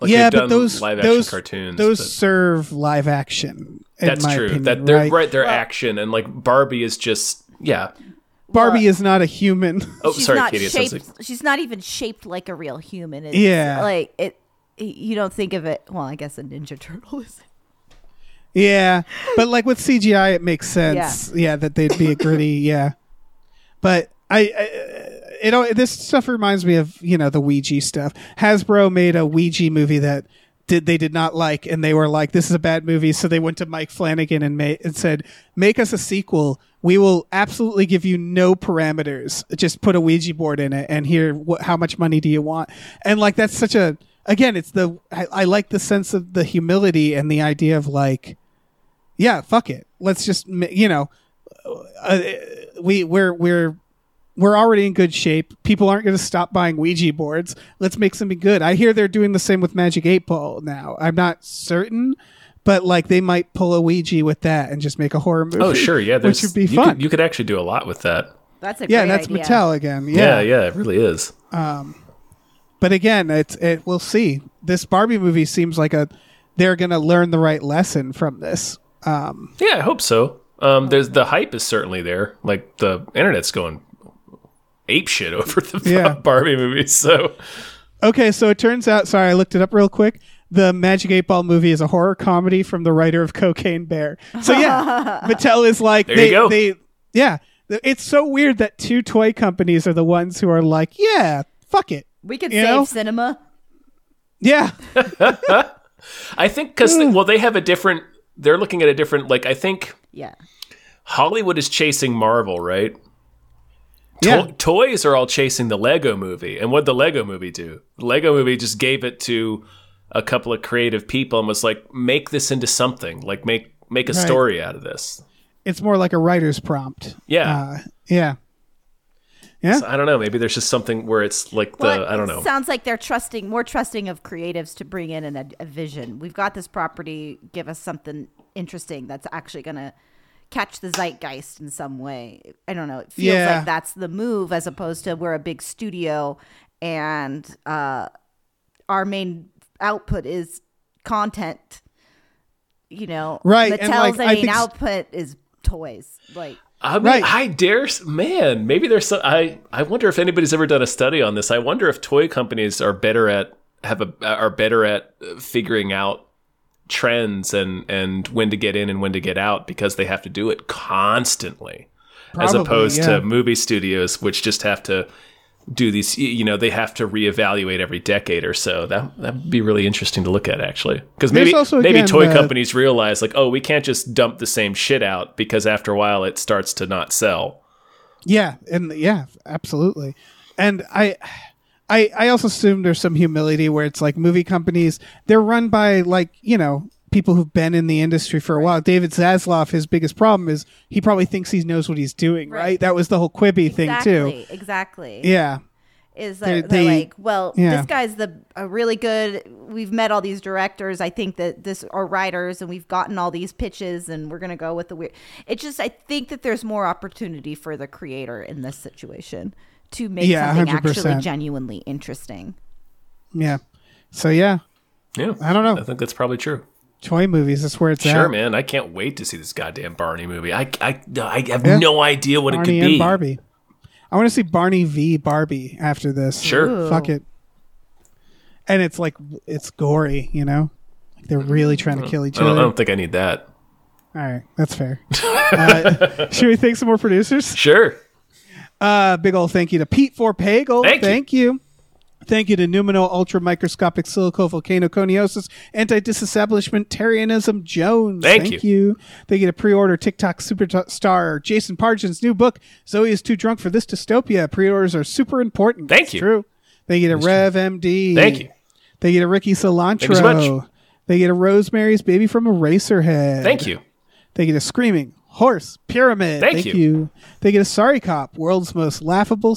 like yeah they've done but those live action those cartoons those but- serve live action in That's my true. opinion, that they're right, right? their action and like Barbie is just yeah. barbie is not a human Oh, she's sorry, not Katie. it sounds shaped. like- she's not even shaped like a real human. It's Yeah. like it. You don't think of it. Well, I guess a Ninja Turtle is. Yeah, but like with CGI, it makes sense. Yeah, that they'd be a gritty. yeah, but I, I you know, this stuff reminds me of you know the Ouija stuff. Hasbro made a Ouija movie that did they did not like, and they were like, "This is a bad movie." So they went to Mike Flanagan and made and said, "Make us a sequel. We will absolutely give you no parameters. Just put a Ouija board in it, and here, wh- how much money do you want?" And like that's such a again, it's the I, I like the sense of the humility and the idea of like yeah, fuck it. Let's just ma- you know, uh, we we're we're we're already in good shape. People aren't going to stop buying Ouija boards. Let's make something good. I hear they're doing the same with Magic Eight Ball now. I'm not certain, but like they might pull a Ouija with that and just make a horror movie. oh sure, yeah. which there's- would be you fun. Could, you could actually do a lot with that. That's a yeah, great that's idea. Mattel again. Yeah. yeah, it really is. but again, it's it. We'll see. This Barbie movie seems like a they're going to learn the right lesson from this. Yeah, I hope so. Um, there's the hype is certainly there. Like the internet's going ape shit over the Yeah. Barbie movies. So Okay, so it turns out. Sorry, I looked it up real quick. The Magic Eight Ball movie is a horror comedy from the writer of Cocaine Bear. So yeah, Mattel is like There you they, go. they yeah. Th- It's so weird that two toy companies are the ones who are like, yeah, fuck it, We can You save know? cinema. yeah, I think because Hmm. well, they have a different. They're looking at a different. Like I think Yeah. Hollywood is chasing Marvel, right? yeah. To- toys are all chasing the Lego movie. And what did the Lego movie do? The Lego movie just gave it to a couple of creative people and was like, make this into something. Like make make a Right. story out of this. It's more like a writer's prompt. Yeah. Uh, yeah, yeah. So I don't know. Maybe there's just something where it's like the Well, I don't it know. Sounds like they're trusting more trusting of creatives to bring in an, a, a vision. We've got this property. Give us something interesting that's actually going to catch the zeitgeist in some way. I don't know. It feels Yeah. like that's the move as opposed to we're a big studio and uh, our main output is content. You know, Right, and, Mattel's like, I main think s- output is toys. Like, I mean, Right. I dare s- man, maybe there's some I I wonder if anybody's ever done a study on this. I wonder if toy companies are better at have a are better at uh, figuring out trends and and when to get in and when to get out because they have to do it constantly. as Probably, opposed yeah. to movie studios, which just have to do these. y- You know, they have to reevaluate every decade or so. That that'd be really interesting to look at, actually, because maybe There's also, maybe again, toy the- companies realize like, oh, we can't just dump the same shit out because after a while it starts to not sell. Yeah, and yeah, absolutely. And I I I also assume there's some humility where it's like movie companies, they're run by like, you know, people who've been in the industry for a while. David Zaslav, his biggest problem is he probably thinks he knows what he's doing, right? Right. That was the whole Quibi thing exactly, too. Exactly. Yeah. Is They're- that they're they- like, well, yeah. this guy's the a really good. We've met all these directors. I think that this are writers, and we've gotten all these pitches, and we're gonna go with the weird. It's just I think that there's more opportunity for the creator in this situation to make Yeah, something actually 100%. genuinely interesting. Yeah. So yeah, Yeah, I don't know. I think that's probably true. toy movies. That's where it's at. Sure, man. I can't wait to see this goddamn Barney movie. I, I, I have Yeah. no idea what it Barney could and be. Barbie. I want to see Barney v Barbie after this. Sure. Ooh. Fuck it. And it's like it's gory, you know. Like they're really trying to kill each I, don't, I other. don't think I need that. All right, that's fair. uh, should we thank some more producers? Sure. Uh, big old thank you to Pete for Pagel. Thank you. you. Thank you to Numino Ultra Microscopic Silico Volcanoconiosis Anti Disestablishmentarianism Jones. Thank you. Thank you to pre order TikTok superstar Jason Pargin's new book, Zoe is Too Drunk for This Dystopia. Pre orders are super important. Thank It's you. True. Thank you to Rev MD. Thank you. Thank you to Ricky Cilantro. you so much. Thank you to Rosemary's Baby from Eraserhead. Thank you. They get a Screaming Horse Pyramid. Thank you. They get a Sorry Cop, World's Most Laughable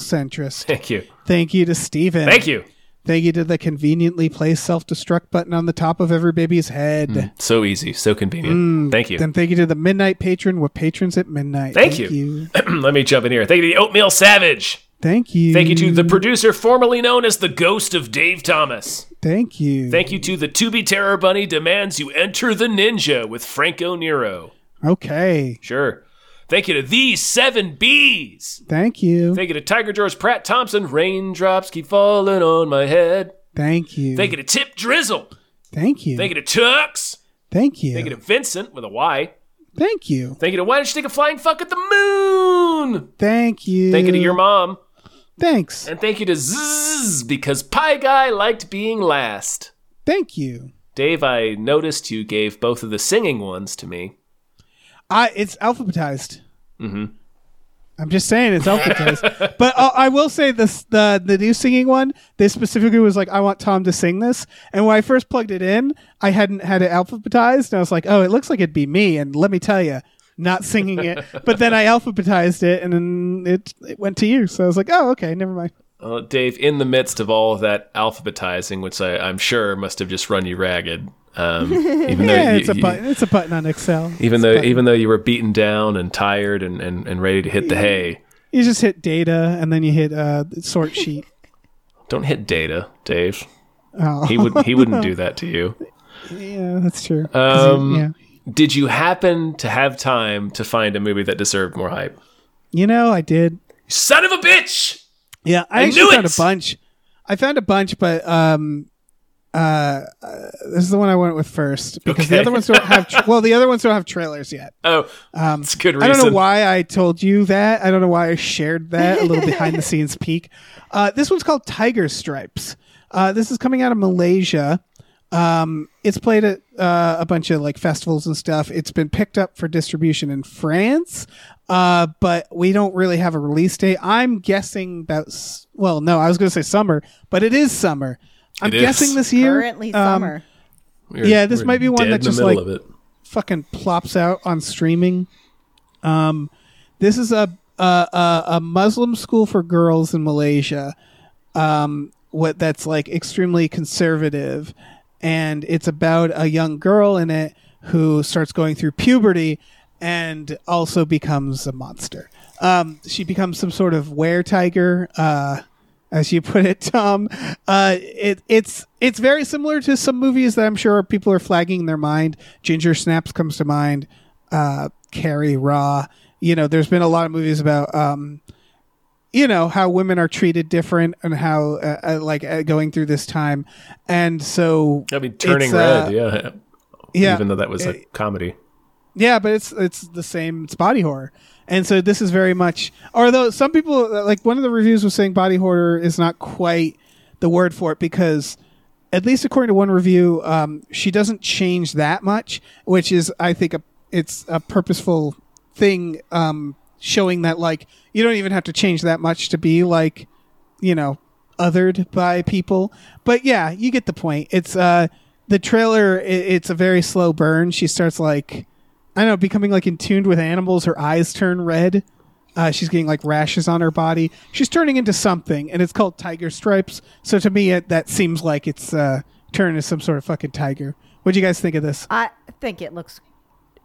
Centrist. Thank you. Thank you to Steven. Thank you. Thank you to the conveniently placed self destruct button on the top of every baby's head. So easy. So convenient. Thank you. Mm, Then thank you to the Midnight Patron with patrons at midnight. Thank you. Let me jump in here. Thank you to the Oatmeal Savage. Thank you. Thank you to the producer formerly known as the Ghost of Dave Thomas. Thank you. Thank you to the Tubi Terror Bunny demands you enter the ninja with Franco Nero. okay. Sure. Thank you to these seven bees. Thank you. Thank you to Tiger George Pratt Thompson. Raindrops keep falling on my head. Thank you. Thank you to Tip Drizzle. Thank you. Thank you to Tux. Thank you. Thank you to Vincent with a Y. Thank you. Thank you to Why Don't You Take a Flying Fuck at the Moon? Thank you. Thank you to your mom. Thanks. And thank you to Zzz because Pie Guy liked being last. Thank you. Dave, I noticed you gave both of the singing ones to me. I it's alphabetized. Mm-hmm. I'm just saying it's alphabetized. but uh, I will say this: the the new singing one, they specifically was like, "I want Tom to sing this." And when I first plugged it in, I hadn't had it alphabetized, and I was like, "Oh, it looks like it'd be me." And let me tell you, not singing it. but then I alphabetized it, and then it it went to you. So I was like, "Oh, okay, never mind." Uh, Dave, in the midst of all of that alphabetizing, which I, I'm sure must have just run you ragged, um, even though Yeah, you, it's a you- button. It's a button on Excel. even It's a though button. even though you were beaten down and tired and, and, and ready to hit the hay, you just hit data, and then you hit uh, sort sheet. don't hit data, Dave. Oh, He would he wouldn't do that to you. yeah, that's true. 'Cause you- Um, yeah. Did you happen to have time to find a movie that deserved more hype? You know, I did. Son of a bitch! Yeah, I, I actually knew found it! a bunch. I found a bunch, but um, uh, uh, this is the one I went with first because the Okay. other ones don't have. Tra- well, the other ones don't have trailers yet. Oh, it's a good Um, I reason. don't know why I told you that. I don't know why I shared that. A little behind the scenes peek. Uh, this one's called Tiger Stripes. Uh, this is coming out of Malaysia. Um, it's played at uh, a bunch of like festivals and stuff. It's been picked up for distribution in France, uh, but we don't really have a release date. I'm guessing about s- well, no, I was going to say summer, but it is summer. I'm It is. guessing this year. Currently, um, summer. We're- yeah, this we're might be one dead in that the just, middle like, of it. fucking plops out on streaming. Um, this is a a, a a Muslim school for girls in Malaysia. Um, what that's like extremely conservative, and it's about a young girl in it who starts going through puberty and also becomes a monster. Um, she becomes some sort of were tiger. Uh, as you put it, Tom. Uh, it, it's it's very similar to some movies that I'm sure people are flagging in their mind. Ginger Snaps comes to mind. Uh, Carrie Raw. You know, there's been a lot of movies about um, you know how women are treated different and how uh, uh, like uh, going through this time, and so I mean, turning it's, uh, red, yeah. yeah, Even though that was a comedy. yeah, but it's it's the same. It's body horror, and so this is very much. Although some people uh, like one of the reviews was saying body horror is not quite the word for it because, at least according to one review, um, she doesn't change that much, which is I think a, it's a purposeful thing, um, showing that like you don't even have to change that much to be like, you know, othered by people. But yeah, you get the point. It's uh, the trailer, i it's a very slow burn. She starts like, I don't know, becoming like in tune with animals. Her eyes turn red. Uh, she's getting like rashes on her body. She's turning into something, and it's called tiger stripes. So to me, it, that seems like it's uh, turning into some sort of fucking tiger. What do you guys think of this? I think it looks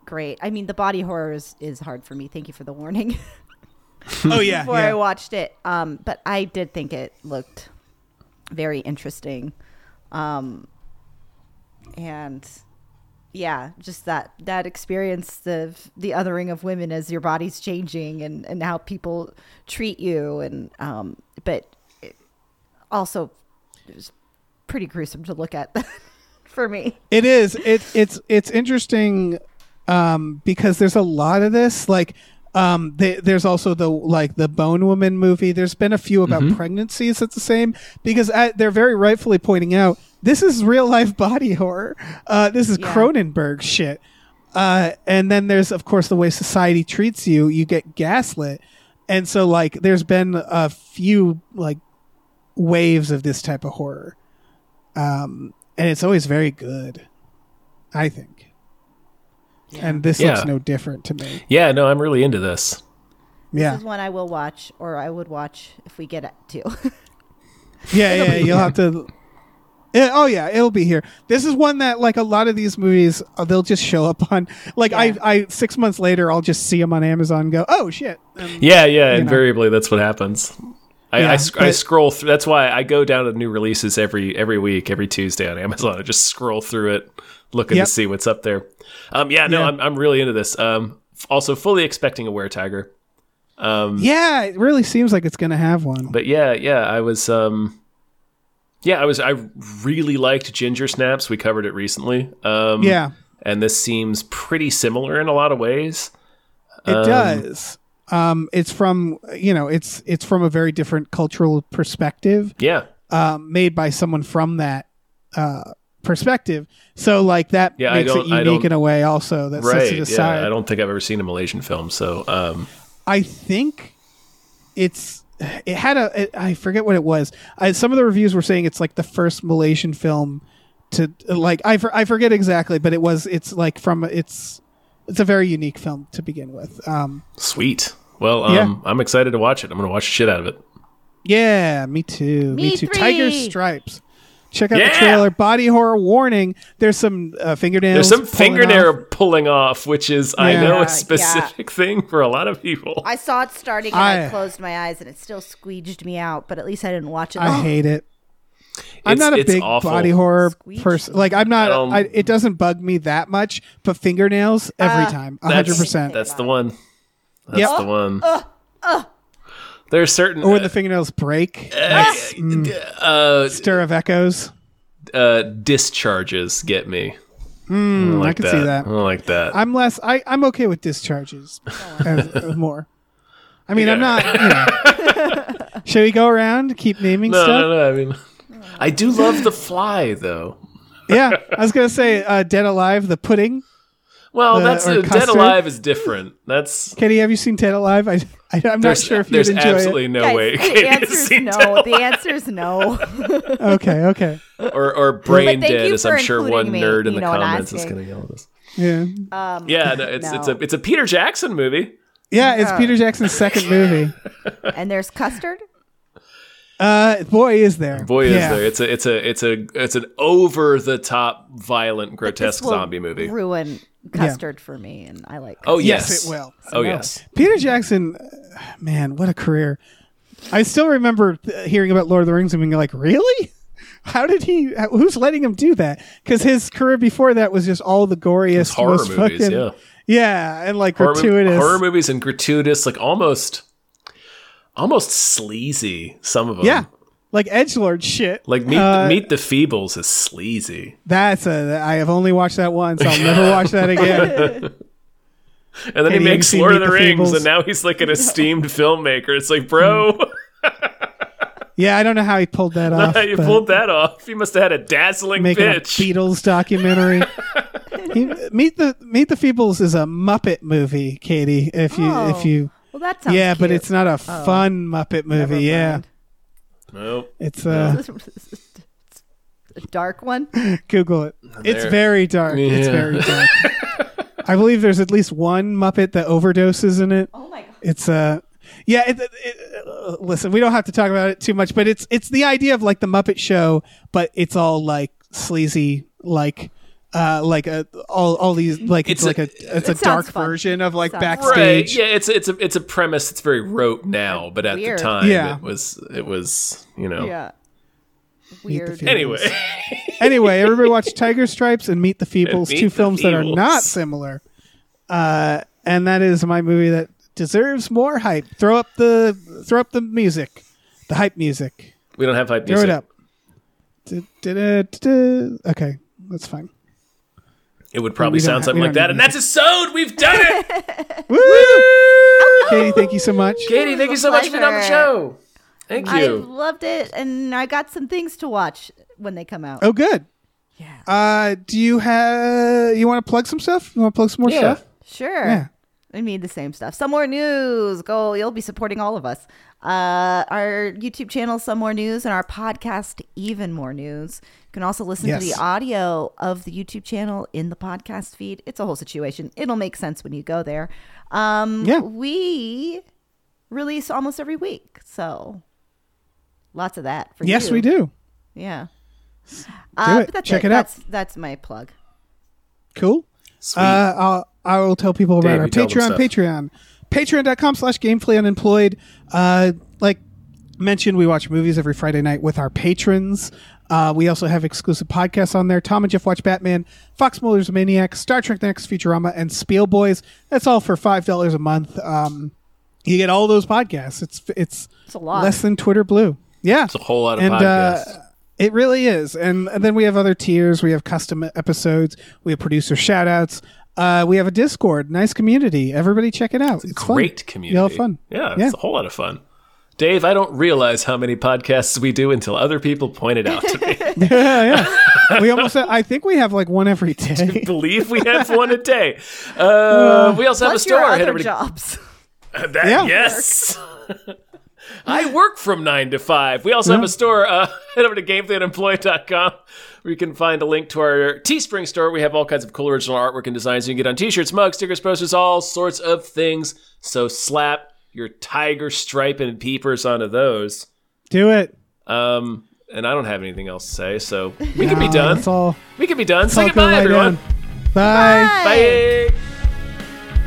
great. I mean, the body horror is, is hard for me. Thank you for the warning oh yeah, before I watched it. Um, but I did think it looked very interesting. Um, and yeah, just that that experience of the othering of women as your body's changing and and how people treat you and um, but it also it was pretty gruesome to look at for me. It is. It it's it's interesting um, because there's a lot of this. Like um, th- there's also the like the Bone Woman movie. There's been a few about pregnancies. That's the same because I, they're very rightfully pointing out this is real life body horror. Uh, this is Yeah. Cronenberg shit. Uh, and then there's of course the way society treats you. You get gaslit, and so like there's been a few like waves of this type of horror. Um, and it's always very good, I think. And this Yeah. looks no different to me. Yeah, no, I'm really into this. Yeah, This is one I will watch, or I would watch if we get to. yeah, yeah. You'll have to. Yeah, oh yeah, it'll be here. This is one that like a lot of these movies, uh, they'll just show up on. Like Yeah. I, I six months later, I'll just see them on Amazon. and Go, oh shit. Um, Yeah, yeah. Invariably, that's what happens. I, Yeah, I, sc- I but- scroll through. That's why I go down to new releases every every week, every Tuesday on Amazon. I just scroll through it, looking Yep. to see what's up there. Um, yeah, no, Yeah. I'm I'm really into this. Um, f- also fully expecting a Were Tiger, Um, yeah, it really seems like it's gonna have one. but yeah, yeah, I was um, yeah, I was I really liked Ginger Snaps. We covered it recently. Um, yeah, and this seems pretty similar in a lot of ways. it does. Um, it's from you know, it's it's from a very different cultural perspective. Yeah, um, made by someone from that uh, perspective. So like that Yeah, I makes it don't- I unique don't- in a way. Also, that sets it right. aside. Yeah, I don't think I've ever seen a Malaysian film, so um, I think it's it had a it, I forget what it was. I, some of the reviews were saying it's like the first Malaysian film to like I for, I forget exactly, but it was it's like from it's it's a very unique film to begin with. Um, Sweet. Well, Yeah. um, I'm excited to watch it. I'm going to watch the shit out of it. Yeah, me too. Me, Me too. Tiger three. Stripes. Check out the Yeah. trailer. Body horror warning. There's some uh, There's fingernails. some pulling fingernail off. pulling, off, which is I Yeah. know Yeah, a specific thing for a lot of people. I saw it starting and I, I- closed my eyes and it still squeeged me out, but at least I didn't watch it. Oh, I the- hate it. I'm It's- not a it's big awful. body horror Squeegee. person. Like I'm not. Um, I, it doesn't bug me that much, but fingernails every time, time, That's- hundred percent. That's the one. That's Yep. the one. uh, There's certain Or when the fingernails break, mm. uh, stir of echoes. uh, discharges get me. I, don't like Hmm, I can see that. I don't like that. I'm less. I, I'm okay with discharges as, as more. I mean, I'm not. You know. Should we go around? Keep naming no, stuff. no, no. I mean, I do love the fly though. yeah, I was gonna say uh, Dead Alive, the pudding. Well, The- that's or uh, dead custard? alive is different. That's Katie, have you seen Dead Alive? I, I I'm not there's, sure if you'd there's enjoy absolutely no Guys, way. the Katie has answer is seen no. Dead The answer is no. it. Okay, okay, or or brain But thank dead, you as I'm for sure including one me, nerd in you the know, and comments is asking. Um, going to yell at us. yeah, Yeah, no, it's it's a No. it's a Peter Jackson movie. yeah. It's Peter Jackson's second movie. and there's custard. Uh, boy is there. Boy, is Yeah. there! It's a it's a it's a it's an over the top, violent, grotesque This will zombie movie. Ruin custard for me, and I like. oh Yes, yes, it will. Oh yes, Peter Jackson, uh, man, what a career! I still remember uh, hearing about Lord of the Rings and being like, really? How did he? how- Who's letting him do that? Because his career before that was just all the goriest horror most movies, fucking- yeah. yeah, and like horror, mov- gratuitous. horror movies and gratuitous, like almost almost sleazy. Some of them, yeah, like edgelord shit. Like meet Uh, meet the Feebles is sleazy, That's a. I have only watched that once. I'll never watch that again. and then he Katie, have you makes seen Lord of Meet the, the Rings, Feebles? and now he's like an esteemed filmmaker. It's like, bro, Mm. Yeah, I don't know how he pulled that off. you but pulled that off. You must have had a dazzling making pitch. a Beatles documentary. He- meet the Meet the Feebles is a Muppet movie, Katie. If you Oh, if you Well, that sounds. yeah, but cute. Oh. it's not a fun Muppet movie. Never Yeah, mind. Nope. it's uh, dark one. Google it. It's There. very dark. It's Yeah. very dark. I believe there's at least one Muppet that overdoses in it. Oh my god. It's uh yeah, it, it- it- uh, listen, we don't have to talk about it too much, but it's it's the idea of like the Muppet Show, but it's all like sleazy, like uh like a all all these like It's it's, like a- a it's a sounds dark fun. version of like Sounds- backstage. Right. Yeah, it's it's a it's a premise that's very rote now, but at Weird. the time Yeah. it was it was, you know. Yeah. Meet the Weird. Feebles. Anyway, anyway, everybody watch Tiger Stripes and Meet the Feebles, And Meet two the films that are Feebles. not similar. Uh, and that is my movie that deserves more hype. Throw up the throw up the music, the hype music. we don't have hype Throw music. it up. Du-du-du-du-du. Okay, that's fine. It would probably don't sound ha- something we like don't that. need And that's a sewed. We've done it. Woo! Katie, thank you so much. Katie, thank you so much for being on the pleasure. show. Thank I you. loved it, and I got some things to watch when they come out. Oh, good. Yeah. Uh, do you have you want to plug some stuff? You want to plug some more Yeah. stuff? Sure. Yeah. I mean the same stuff. Some more news. Go. You'll be supporting all of us. Uh, our YouTube channel, Some More News, and our podcast, Even More News. You can also listen to Yes. the audio of the YouTube channel in the podcast feed. It's a whole situation. It'll make sense when you go there. Um, Yeah. We release almost every week. So lots of that for you. Yes, we do. Yeah. Uh, it. But that's Check it. it out. That's, that's my plug. Cool. Sweet. Uh, I'll, I will tell people about Dave, our you tell them Patreon, stuff. Patreon, patreon.com slash gamefully unemployed. Uh, like mentioned, we watch movies every Friday night with our patrons. Uh, we also have exclusive podcasts on there. Tom and Jeff watch Batman, Fox Mulder's Maniac, Star Trek The Next Futurama, and Spiel Boys. That's all for $5 a month. Um, you get all those podcasts. It's, it's, It's a lot. less than Twitter Blue. Yeah. uh, It's a whole lot of podcasts. it really is. And, and then we have other tiers. We have custom episodes. We have producer shout outs. Uh, we have a Discord. Nice community. Everybody check it out. It's fun. Great community. You'll have fun. Yeah, Yeah. it's a whole lot of fun. Dave, I don't realize how many podcasts we do until other people point it out to me. yeah, yeah. We almost, I think we have like one every day. believe we have one a day. Uh, we also have a Mm. What's your store. Head other over to- jobs? That- Yeah. Yes. I work from nine to five. We also have a Mm. store. Uh, head over to gameplayunemployed.com where you can find a link to our Teespring store. We have all kinds of cool original artwork and designs you can get on t shirts, mugs, stickers, posters, all sorts of things. So slap your tiger stripe and peepers onto those. Do it. Um, and I don't have anything else to say, so we can be Uh, done. That's all. We can be done. that's all Say gonna goodbye, lie everyone. down. Bye. Bye.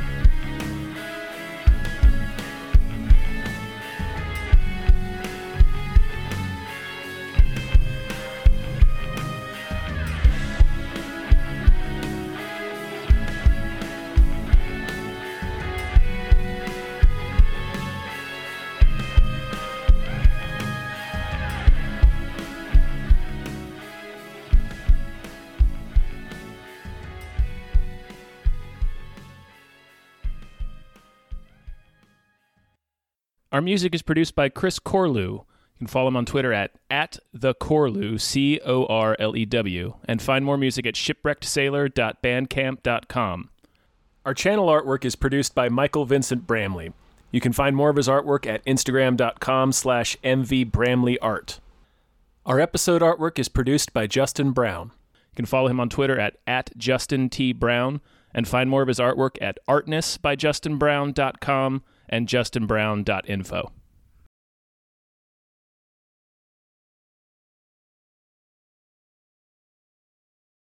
Our music is produced by Chris Corlew. You can follow him on Twitter at, at the Corlew, C O R L E W, and find more music at shipwreckedsailor.bandcamp.com. Our channel artwork is produced by Michael Vincent Bramley. You can find more of his artwork at instagram.com slash mvbramleyart. Our episode artwork is produced by Justin Brown. You can follow him on Twitter at, at Justin T. Brown and find more of his artwork at artnessbyjustinbrown.com and justinbrown.info.